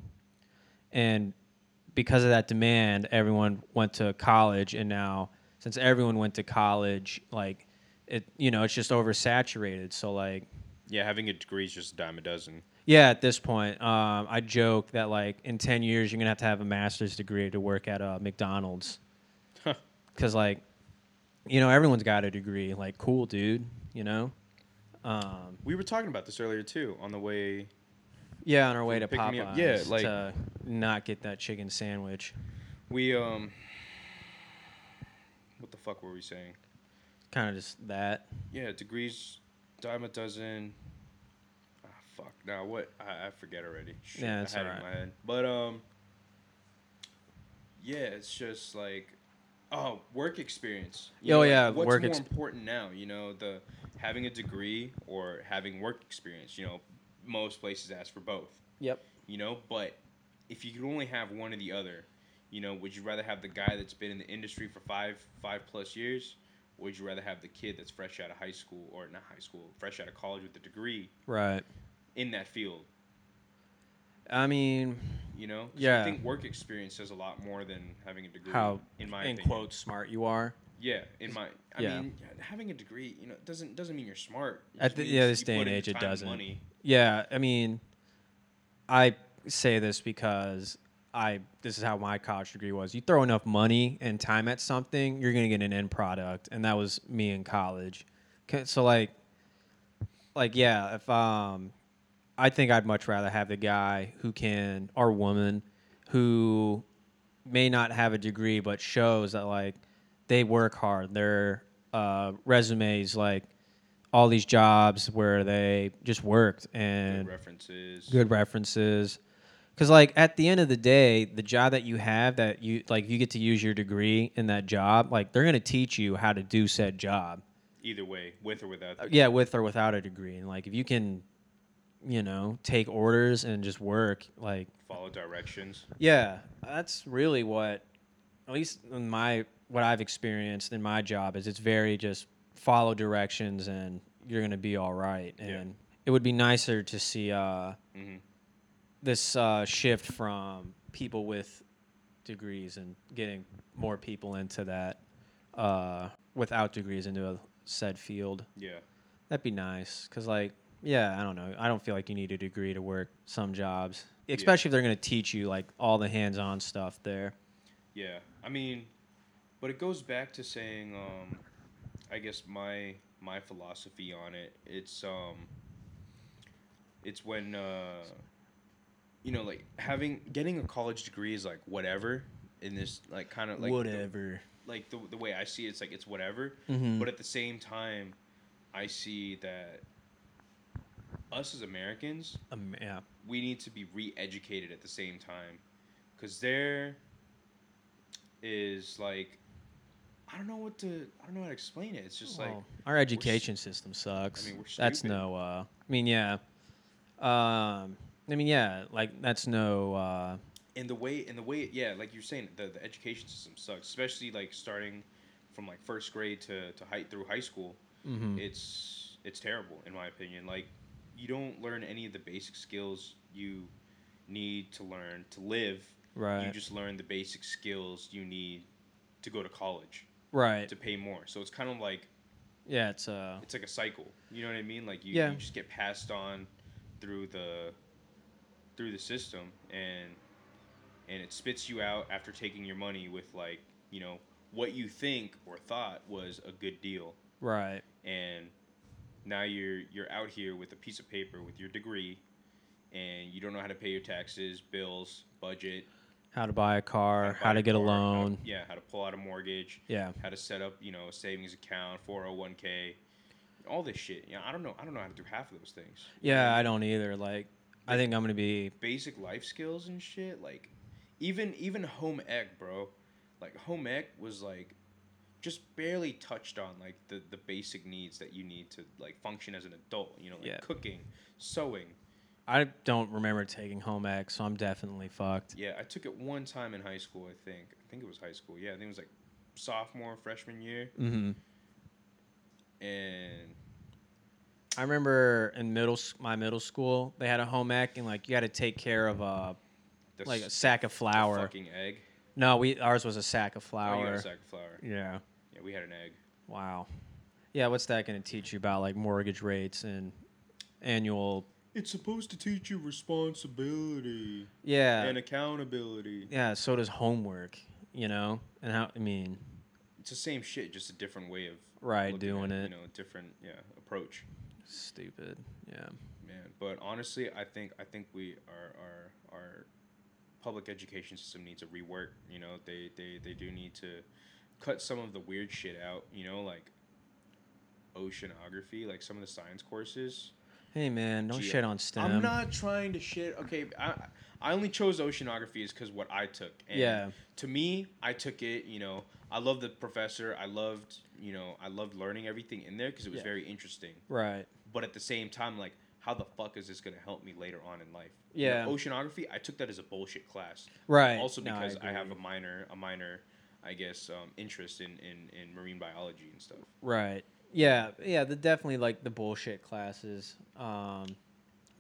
and because of that demand everyone went to college and now since everyone went to college like it you know it's just oversaturated so like
Yeah. Having a degree is just a dime a dozen.
yeah at this point um, i joke that like in 10 years you're gonna have to have a master's degree to work at uh, mcdonald's because like you know everyone's got a degree like cool dude you know um,
We were talking about this earlier too on the way.
yeah on our way to
Pick me
popeyes
up. Yeah, like-
to not get that chicken sandwich
We um. What the fuck were we saying?
kind of just that
Yeah, degrees, dime a dozen. Ah, fuck. Now what? I, I forget already. Shit,
Yeah, it's
I had it
alright.
in my head. But um. Yeah, it's just like, oh, work experience. You
Oh,
know, like,
yeah,
what's
work
more
ex-
important now? You know, the having a degree or having work experience. You know, most places ask for both.
yep
you know but if you could only have one or the other you know would you rather have the guy that's been in the industry for five five plus years or would you rather have the kid that's fresh out of high school or not high school fresh out of college with a degree
right
in that field
i mean
you know 'Cause
Yeah.
i think work experience says a lot more than having a degree
How-
in my
in
opinion.
quotes smart you are
yeah in my i
Yeah.
mean having a degree you know doesn't doesn't mean you're smart It
At
just
the-
means
yeah, this
you
day
put
and
in the
age, it
time and
doesn't.
money.
Yeah, I mean, I say this because I this is how my college degree was. You throw enough money and time at something, you're gonna get an end product, and that was me in college. 'Kay, So like, like yeah, if um, I think I'd much rather have the guy who can or woman who may not have a degree but shows that like they work hard. Their uh, resumes like all these jobs where they just worked
Good
and
references
good references because like at the end of the day the job that you have that you like you get to use your degree in that job like they're going to teach you how to do said job
either way with or without
yeah with or without a degree and like if you can you know take orders and just work like
follow directions
yeah that's really what at least in my what i've experienced in my job is it's very just follow directions and you're going to be all right and it would be nicer to see uh
hmm
this uh, shift from people with degrees and getting more people into that uh, without degrees into a said field.
yeah
That'd be nice because, like, yeah, I don't know. I don't feel like you need a degree to work some jobs, especially if they're going to teach you like all the hands-on stuff there.
Yeah, I mean, but it goes back to saying, um, I guess my my philosophy on it. It's um, it's when uh, you know, like having getting a college degree is like whatever in this like kind of like the-
Whatever.
like the the way I see it, it's like it's whatever.
Mhm.
But at the same time, I see that us as Americans
Um, yeah.
we need to be re-educated at the same time because there is like i don't know what to i don't know how to explain it it's just like
Well, our education system sucks.
I mean, we're
that's
stupid.
no. Uh, I mean, yeah. Um, I mean, yeah. Like that's no. Uh,
in the way in the way yeah like you're saying the, the education system sucks especially like starting from like first grade to to high, through high school,
mm-hmm. Mm.
it's it's terrible in my opinion. Like you don't learn any of the basic skills you need to learn to live. You
Right.
just learn the basic skills you need to go to college
Right.
to pay more. So it's kind of like
Yeah, it's uh
it's like a cycle. You know what I mean? Like you,
Yeah.
you just get passed on through the through the system and and it spits you out after taking your money with like, you know, what you think or thought was a good deal
right.
and now you're you're out here with a piece of paper with your degree and you don't know how to pay your taxes, bills, budget,
How to buy a car, how to,
buy
get a
car, how to-
loan.
yeah, how to pull out a mortgage
yeah.
how to set up, you know, a savings account, 401k, all this shit. You know, I don't know. I don't know how to do half of those things.
Yeah, I don't either. Like I think I'm going to be
Basic life skills and shit. Like, even even home ec, bro. Like home ec was like just barely touched on like the the basic needs that you need to like function as an adult. You know, like
Yeah.
cooking, sewing.
I don't remember taking home ec, so I'm definitely fucked.
Yeah, I took it one time in high school. I think. I think it was high school. Yeah, I think it was like sophomore, freshman year,
Mhm.
and
I remember in middle s- my middle school, they had a home ec and like you had to take care of a
the
like a
s-
sack of
the
flour.
fucking egg.
No, we ours was a sack of
Oh, you got
flour.
a sack of flour.
yeah.
Yeah, we had an egg.
Wow. Yeah, what's that going to teach you about like mortgage rates and annual
It's supposed to teach you responsibility
Yeah.
and accountability.
yeah, so does homework, you know? And how I mean,
It's the same shit, just a different way of
Right,
looking
doing
at
it.
You know, a different yeah approach,
stupid. Yeah.
man. But honestly, I think I think we our our our public education system needs a rework. You know, they they they do need to cut some of the weird shit out. You know, like oceanography, like some of the science courses.
Hey man, don't
Gee,
shit on STEM.
I'm not trying to shit. Okay, I I only chose oceanography is because what I took. And
Yeah.
To me, I took it. You know, I loved the professor. I loved you know I loved learning everything in there because it was
Yeah.
very interesting.
right.
But at the same time, like, how the fuck is this gonna help me later on in life?
Yeah.
oceanography, I took that as a bullshit class.
Right.
Also
No, I
because I, have a
agree.
minor a minor, I guess um, interest in, in in marine biology and stuff.
Right. Yeah. Yeah. The definitely like the bullshit classes. Um, I'm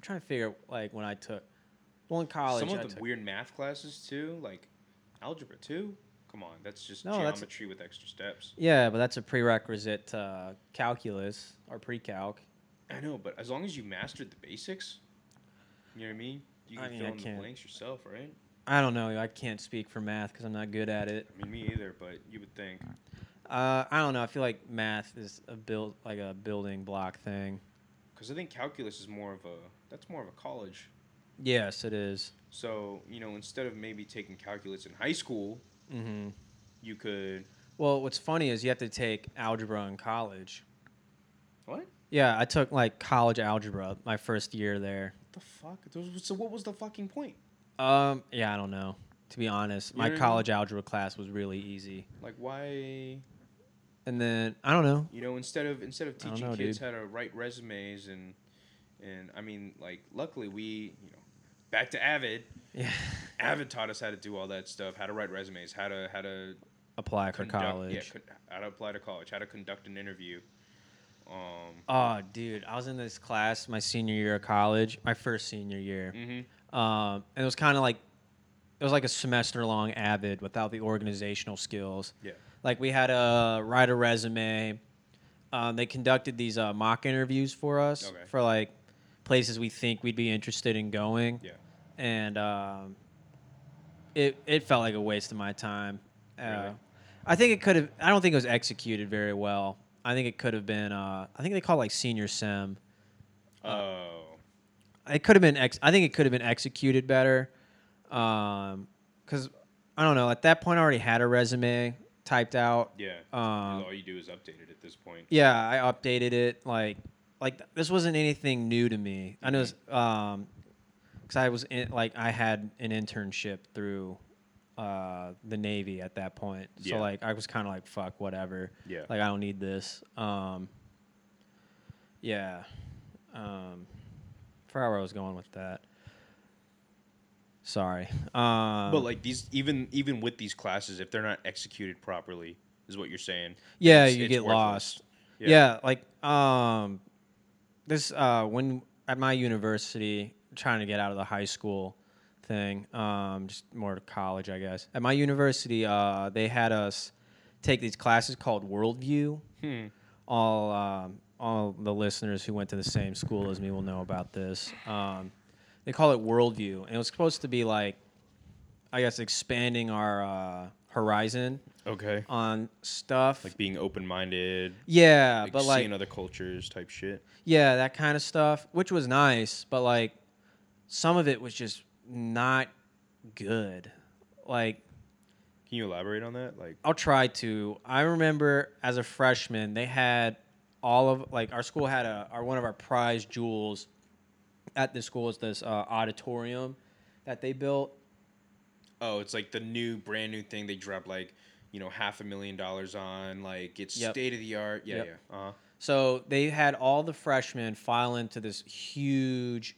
trying to figure out like when I took well in college.
Some
I
of the
took-
weird math classes too, like algebra two. Come on, that's just
No, that's-
geometry with extra steps.
yeah, but that's a prerequisite to uh, calculus or pre-calc.
I know, but as long as you mastered the basics, you know what I mean. You
I
can
mean, I
fill in the
can't-
blanks yourself, right?
I don't know. I can't speak for math because I'm not good at it.
I mean, me either, but you would think.
Uh, I don't know. I feel like math is a build like a building block thing.
Because I think calculus is more of a that's more of a college.
Yes, it is.
So you know, instead of maybe taking calculus in high school,
Mm-hmm.
you could
Well, what's funny is you have to take algebra in college.
what
Yeah, I took like college algebra my first year there.
the fuck? Those- So what was the fucking point?
Um, yeah, I don't know. To be honest,
You
my
don't know?
college algebra class was really easy.
Like why?
And then I don't know.
You know, instead of instead of
I don't
teaching
know,
kids
dude.
how to write resumes and and I mean, like, luckily we, you know, back to Avid.
Yeah.
Avid taught us how to do all that stuff, how to write resumes, how to how to
Apply for
conduct-
college.
yeah, con- how to apply to college, how to conduct an interview. Um,
oh, dude, I was in this class my senior year of college, my first senior year.
mhm.
Um, and it was kind of like it was like a semester long avid without the organizational skills.
Yeah.
Like we had a write a resume. Um, they conducted these uh, mock interviews for us
Okay.
for like places we think we'd be interested in going.
Yeah.
and um, it it felt like a waste of my time. Uh,
Really?
I think it could have. I don't think it was executed very well. I think it could have been. Uh, I think they call it like senior sim. Uh,
Oh,
It could have been. Ex- I think it could have been executed better. Um, because I don't know. At that point, I already had a resume typed out.
yeah. 'Cause
Um,
all you do is update it at this point.
yeah, I updated it. Like, like this wasn't anything new to me. I know, it's, um, because I was in, like I had an internship through, uh, the Navy at that point. So
Yeah.
like I was kind of like fuck whatever.
Yeah.
Like I don't need this. Um. Yeah. Um. Forgot where I was going with that. Sorry. Um,
but like these, even even with these classes, if they're not executed properly, is what you're saying.
Yeah,
It's-
you
it's
get
worthless.
lost.
Yeah.
Yeah. like um, this uh, when at my university, trying to get out of the high school thing, um, just more to college, I guess. At my university, uh, they had us take these classes called worldview.
Hmm.
All um, all the listeners who went to the same school as me will know about this. Um, they call it worldview, and it was supposed to be like, I guess, expanding our uh, horizon
Okay.
on stuff
Like being open minded,
yeah,
like
but like
seeing other cultures type shit.
yeah, that kind of stuff, which was nice, but like some of it was just not good. Like
Can you elaborate on that? Like,
I'll try to. I remember as a freshman, they had all of like our school had a our one of our prize jewels at the school is this uh, auditorium that they built.
oh, it's like the new, brand new thing they dropped like, you know, half a million dollars on. Like, it's
Yep.
state of the art. Yeah,
Yep.
yeah. Uh huh.
So they had all the freshmen file into this huge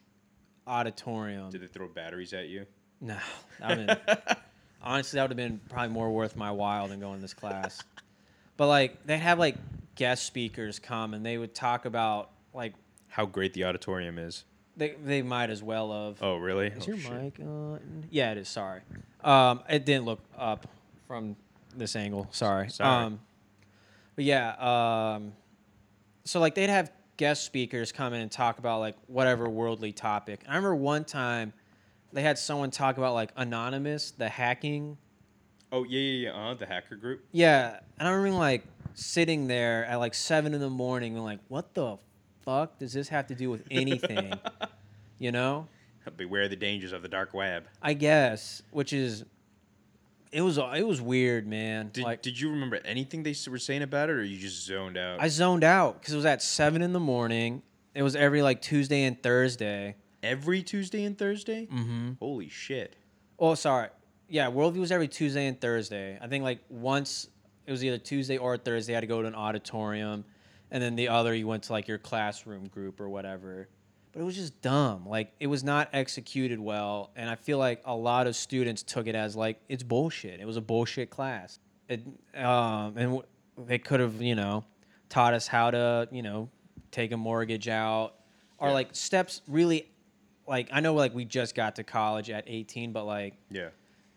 auditorium.
Did they throw batteries at you?
No, I mean, honestly, that would have been probably more worth my while than going to this class. but like, they have like guest speakers come and they would talk about like
How great the auditorium is.
they they might as well have.
Oh, really?
Is
Oh,
your
shit.
mic on? Yeah, it is. Sorry, um, it didn't look up from this angle. Sorry.
Sorry.
Um, but yeah, um, so like they'd have guest speakers come in and talk about like whatever worldly topic. I remember one time they had someone talk about like anonymous, the hacking.
Oh, yeah, yeah, yeah. Uh, the hacker group.
Yeah, and I remember like sitting there at like seven in the morning and like, what the fuck does this have to do with anything? you know?
Beware the dangers of the dark web.
I guess, which is, it was it was weird, man.
Did,
like
did you remember anything they s- were saying about it, or you just zoned out?
I zoned out because it was at seven in the morning. It was every like Tuesday and Thursday.
Every Tuesday and Thursday? Mm-hmm. Holy shit.
Oh, sorry. Yeah, Worldview was every Tuesday and Thursday. I think like once it was either Tuesday or Thursday. I had to go to an auditorium, and then the other you went to like your classroom group or whatever. But it was just dumb. Like it was not executed well, and I feel like a lot of students took it as like it's bullshit. It was a bullshit class. It, um, and w- they could have you know taught us how to you know take a mortgage out or
Yeah.
like steps really like I know like we just got to college at 18, but like
Yeah.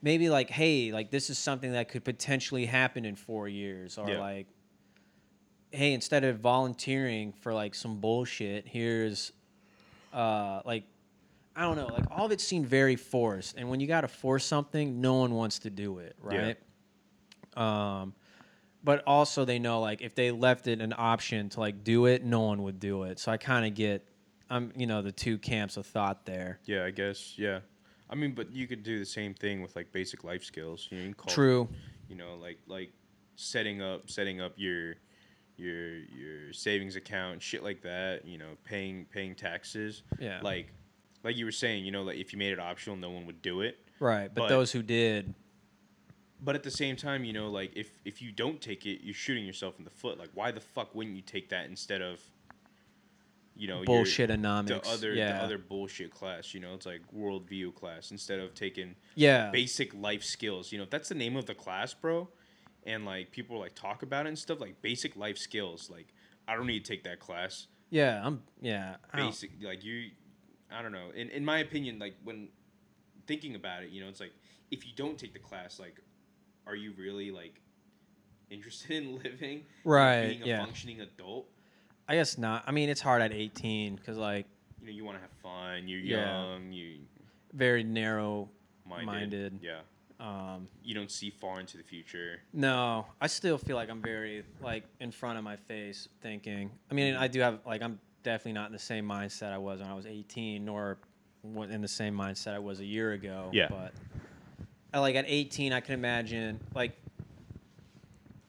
maybe like hey, like this is something that could potentially happen in 4 years or
Yeah.
like hey, instead of volunteering for like some bullshit, here's uh like I don't know, like all of it seemed very forced. And when you got to force something, no one wants to do it,
Yeah.
right? Um but also they know like if they left it an option to like do it, no one would do it. So I kind of get I'm you know the two camps of thought there.
Yeah, I guess. Yeah. I mean, but you could do the same thing with like basic life skills. You know, you can call,
True.
You know, like like setting up setting up your your your savings account, shit like that. You know, paying paying taxes.
Yeah.
Like like you were saying, you know, like if you made it optional, no one would do it.
Right, but,
But-
those who did,
But at the same time, you know, like if if you don't take it, you're shooting yourself in the foot. Like, why the fuck wouldn't you take that instead of, you know, your-
bullshit anomics.
Oh, the other
yeah.
the other bullshit class? You know, it's like worldview class instead of taking
yeah,
basic life skills. You know, if that's the name of the class, bro, and like people like talk about it and stuff, like basic life skills. Like, I don't need to take that class.
yeah. I'm yeah. I don't-
Basic, like you, I don't know. In in my opinion, like when thinking about it, you know, it's like if you don't take the class, like, are you really like interested in living?
Right,
Being a
yeah.
functioning adult.
I guess not. I mean, it's hard at 18 because like
You know, you want to have fun. You're
Yeah.
young. You
very narrow.
minded.
Minded.
Yeah.
Um,
You don't see far into the future.
no, I still feel like I'm very like in front of my face thinking. I mean, I do have like I'm definitely not in the same mindset I was when I was 18, nor wa- in the same mindset I was a year ago.
Yeah.
But I, like at 18, I can imagine like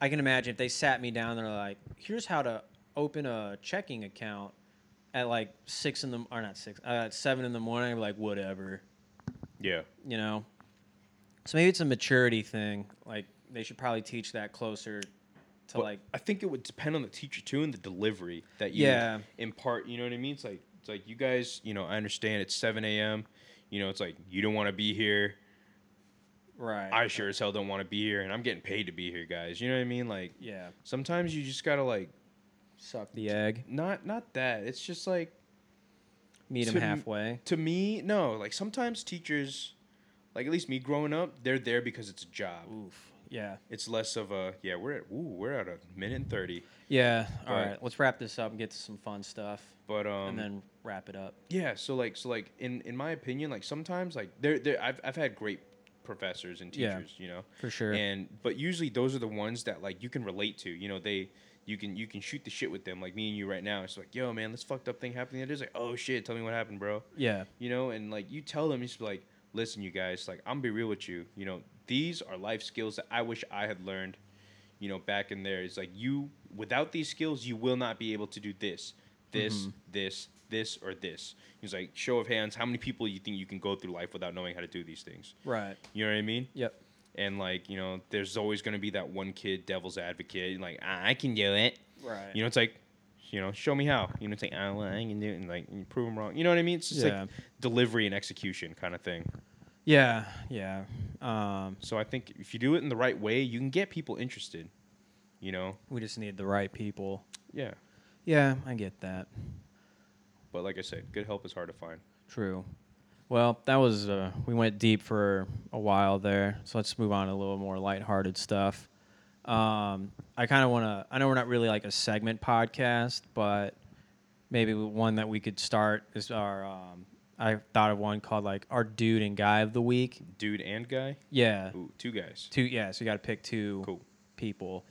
I can imagine if they sat me down, they're like, "Here's how to open a checking account." At like six in the or not six, uh, at seven in the morning, I'd be like, "Whatever."
Yeah.
you know. So maybe it's a maturity thing. Like they should probably teach that closer to
Well,
like
I think it would depend on the teacher too and the delivery that you
Yeah.
impart. You know what I mean? It's like it's like you guys. You know, I understand it's seven a.m. You know, it's like you don't want to be here.
Right.
I sure as hell don't want to be here, and I'm getting paid to be here, guys. You know what I mean? Like
yeah.
sometimes you just gotta like
Suck the egg.
not not that. It's just like
Meet him
To-
halfway.
to me, no. Like sometimes teachers, like at least me growing up, they're there because it's a job.
Oof. Yeah.
It's less of a yeah. We're at ooh, we're at a minute and thirty,
Yeah. All
But-
right. Let's wrap this up and get to some fun stuff,
but um,
and then wrap it up.
Yeah, so like so like in in my opinion, like sometimes like there there I've I've had great professors and
Yeah.
teachers, you know.
For sure.
And but usually those are the ones that like you can relate to. You know, they you can you can shoot the shit with them, like me and you right now. It's like, yo man, this fucked up thing happened the other day. It's like, oh shit, tell me what happened, bro.
yeah.
You know, and like you tell them, you just be like, listen, you guys, like I'm gonna be real with you. You know, these are life skills that I wish I had learned. You know, back in there, it's like you without these skills, you will not be able to do this, this, this, this, or this. He's like, show of hands, how many people you think you can go through life without knowing how to do these things?
Right.
You know what I mean?
Yep.
And like, you know, there's always gonna be that one kid, devil's advocate, and like I I can do it.
Right.
You know, it's like, you know, show me how. You know, it's like, I, I can do it, and like, you prove them wrong. You know what I mean? It's just
Yeah.
like delivery and execution kind of thing.
yeah. Yeah. Um,
So I think if you do it in the right way, you can get people interested. You know?
we just need the right people.
Yeah.
Yeah, I get that.
But like I said, good help is hard to find.
True. Well, that was uh, we went deep for a while there, so let's move on to a little more lighthearted stuff. Um, I kind of want to. I know we're not really like a segment podcast, but maybe one that we could start is our. Um, I thought of one called like our dude and guy of the week.
Dude and guy?
Yeah,
Ooh, two guys.
two. Yeah, so you got to pick two
Cool.
people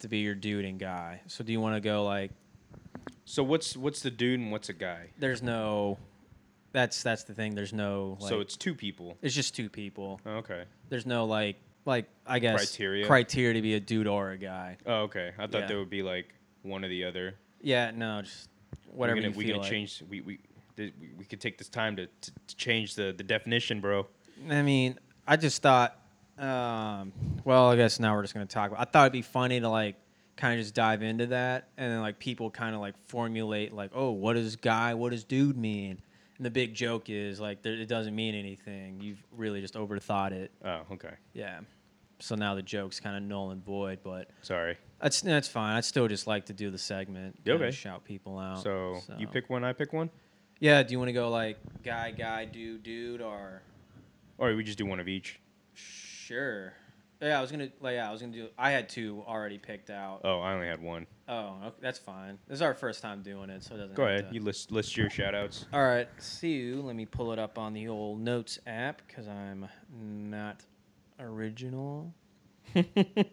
to be your dude and guy. So do you want to go like?
So what's what's the dude and what's a guy?
There's no. That's that's the thing. There's no. Like,
so it's two people. Oh,
it's just two people.
Okay.
There's no like like I guess
Criteria?
criteria to be a dude or a guy.
Oh, okay. I thought
Yeah.
there would be like one or the other.
Yeah, no, just whatever
We're gonna,
you
we
feel
gonna
like.
change. We we. th- we- We could take this time to, to, to change the, the definition, bro.
I mean, I just thought. Um, well, I guess now we're just gonna talk. about I thought it'd be funny to like kind of just dive into that, and then like people kind of like formulate like, oh, what does guy, what does dude mean? And the big joke is like, there, it doesn't mean anything. You've really just overthought it.
Oh, okay.
Yeah. So now the joke's kind of null and void, but
Sorry.
that's that's fine. I still just like to do the segment.
Yeah,
kinda
okay.
Shout people out.
Oh, so, you pick one, I pick one,
Yeah, do you want to go like guy, guy, dude, dude, or
or we just do one of each.
sure? Yeah, I was gonna like yeah, I was gonna do. I had two already picked out.
Oh, I only had one.
Oh, okay, that's fine. This is our first time doing it, so it doesn't.
Go
have
ahead.
to-
You list list your shout outs.
All right, see you. Let me pull it up on the old notes app because I'm not original. Give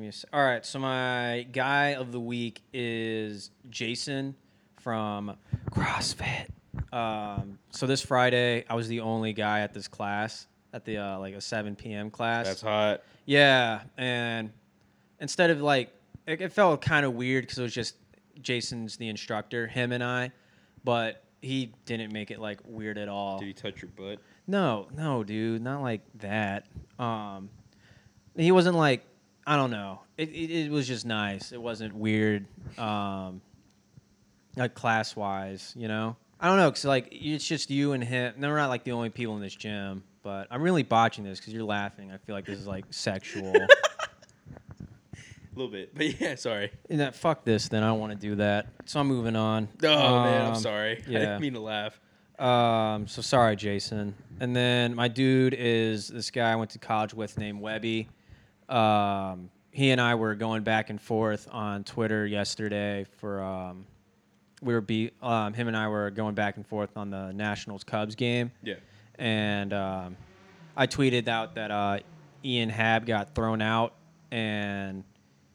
me a. Sec. All right, so my guy of the week is Jason from CrossFit. Um, so this Friday, I was the only guy at this class at the uh, like a 7 p.m. class.
That's hot.
Yeah, and instead of like, it, it felt kind of weird because it was just Jason's the instructor, him and I, but he didn't make it like weird at all.
Did you touch your butt?
No, no, dude, not like that. Um, he wasn't like, I don't know. It, it, it was just nice. It wasn't weird, um, like class wise, you know. I don't know, cause like it's just you and him. No, we're not like the only people in this gym, but I'm really botching this because you're laughing. I feel like this is like sexual.
A little bit, but yeah. Sorry.
And that fuck this, then I don't want to do that. So I'm moving on.
Oh man, I'm
Um,
sorry. I
yeah.
didn't mean to laugh.
Um, so sorry, Jason. And then my dude is this guy I went to college with named Webby. Um, he and I were going back and forth on Twitter yesterday for um, we were be um, him and I were going back and forth on the Nationals Cubs game,
Yeah.
and um, I tweeted out that uh, Ian Hab got thrown out, and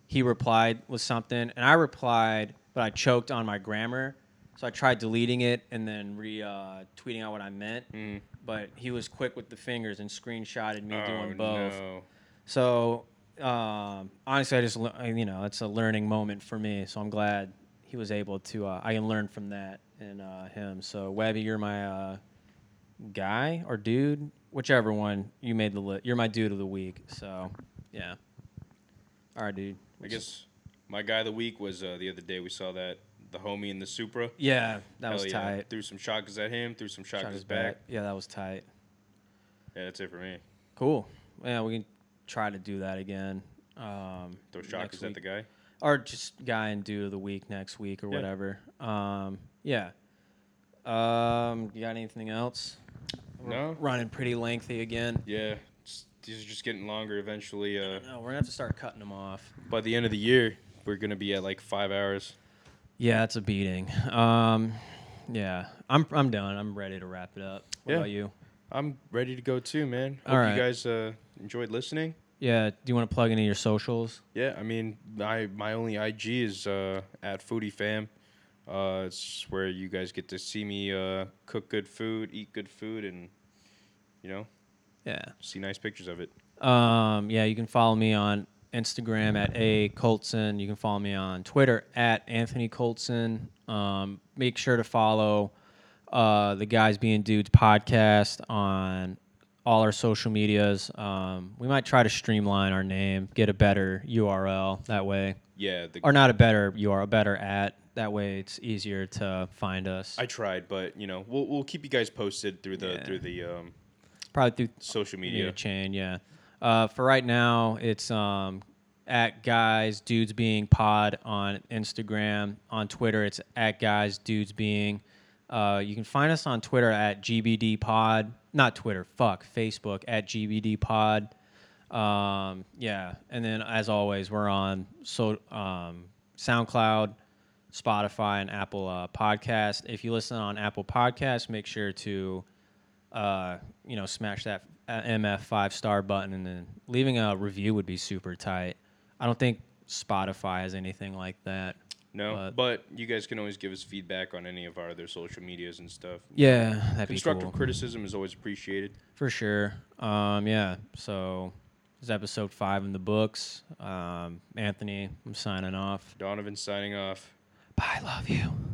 he replied with something, and I replied, but I choked on my grammar, so I tried deleting it and then re uh, tweeting out what I meant.
Mm.
But he was quick with the fingers and screenshotted me
Oh
doing both.
no.
So um, honestly, I just le- I- you know it's a learning moment for me. So I'm glad he was able to. Uh, I can learn from that and uh, him. So Webby, you're my uh, guy or dude, whichever one you made the list. You're my dude of the week. So yeah. All right, dude.
I guess my guy of the week was uh, the other day. We saw that the homie in the Supra.
Yeah, that was
Hell yeah.
tight.
Threw some shotguns at him. Threw some
Shot
shotguns
his
back.
Yeah, that was tight.
Yeah, that's it for me.
Cool. Yeah, we can try to do that again. Um,
Throw
next
shockers
week.
at the guy.
or just guy and dude of the week next week or
Yeah.
whatever. Um, yeah. Um, you got anything else? We're
No.
running pretty lengthy again.
Yeah, just, these are just getting longer. Eventually, uh,
No, we're gonna have to start cutting them off.
by the end of the year, we're gonna be at like five hours.
Yeah, it's a beating. Um, yeah, I'm I'm done. I'm ready to wrap it up. What
Yeah.
about you?
I'm ready to go too, man. Hope
All right.
you guys uh, enjoyed listening.
Yeah. Do you want to plug any of your socials?
Yeah, I mean, my my only IG is uh, at foodie fam. Uh, it's where you guys get to see me uh, cook good food, eat good food, and you know,
Yeah.
see nice pictures of it.
Um, yeah, you can follow me on Instagram at a Coltson. You can follow me on Twitter at Anthony Coltson. Um, make sure to follow uh, the Guys Being Dudes podcast on all our social medias. Um, we might try to streamline our name, get a better URL that way,
Yeah, the,
or not a better URL, a better at. That way, it's easier to find us.
I tried, but you know, we'll we'll keep you guys posted through the
Yeah.
through the um,
Probably through
social
We need a
media.
chain, yeah. Uh, for right now, it's um, at guys dudes being pod on Instagram. On Twitter, it's at guys dudes being. Uh, you can find us on Twitter at GBD pod. Not Twitter, fuck Facebook at GBD pod. Um, yeah, and then as always, we're on so um, SoundCloud, Spotify, and Apple uh, Podcast. If you listen on Apple Podcasts, make sure to uh, you know, smash that uh, MF five star button and then leaving a review would be super tight. I don't think Spotify has anything like that.
No,
but-
but you guys can always give us feedback on any of our other social medias and stuff.
Yeah, that'd be
Constructive
cool
criticism is always appreciated.
for sure. Um, yeah, so this is episode five in the books. Um, Anthony, I'm signing off.
Donovan signing off.
Bye, love you.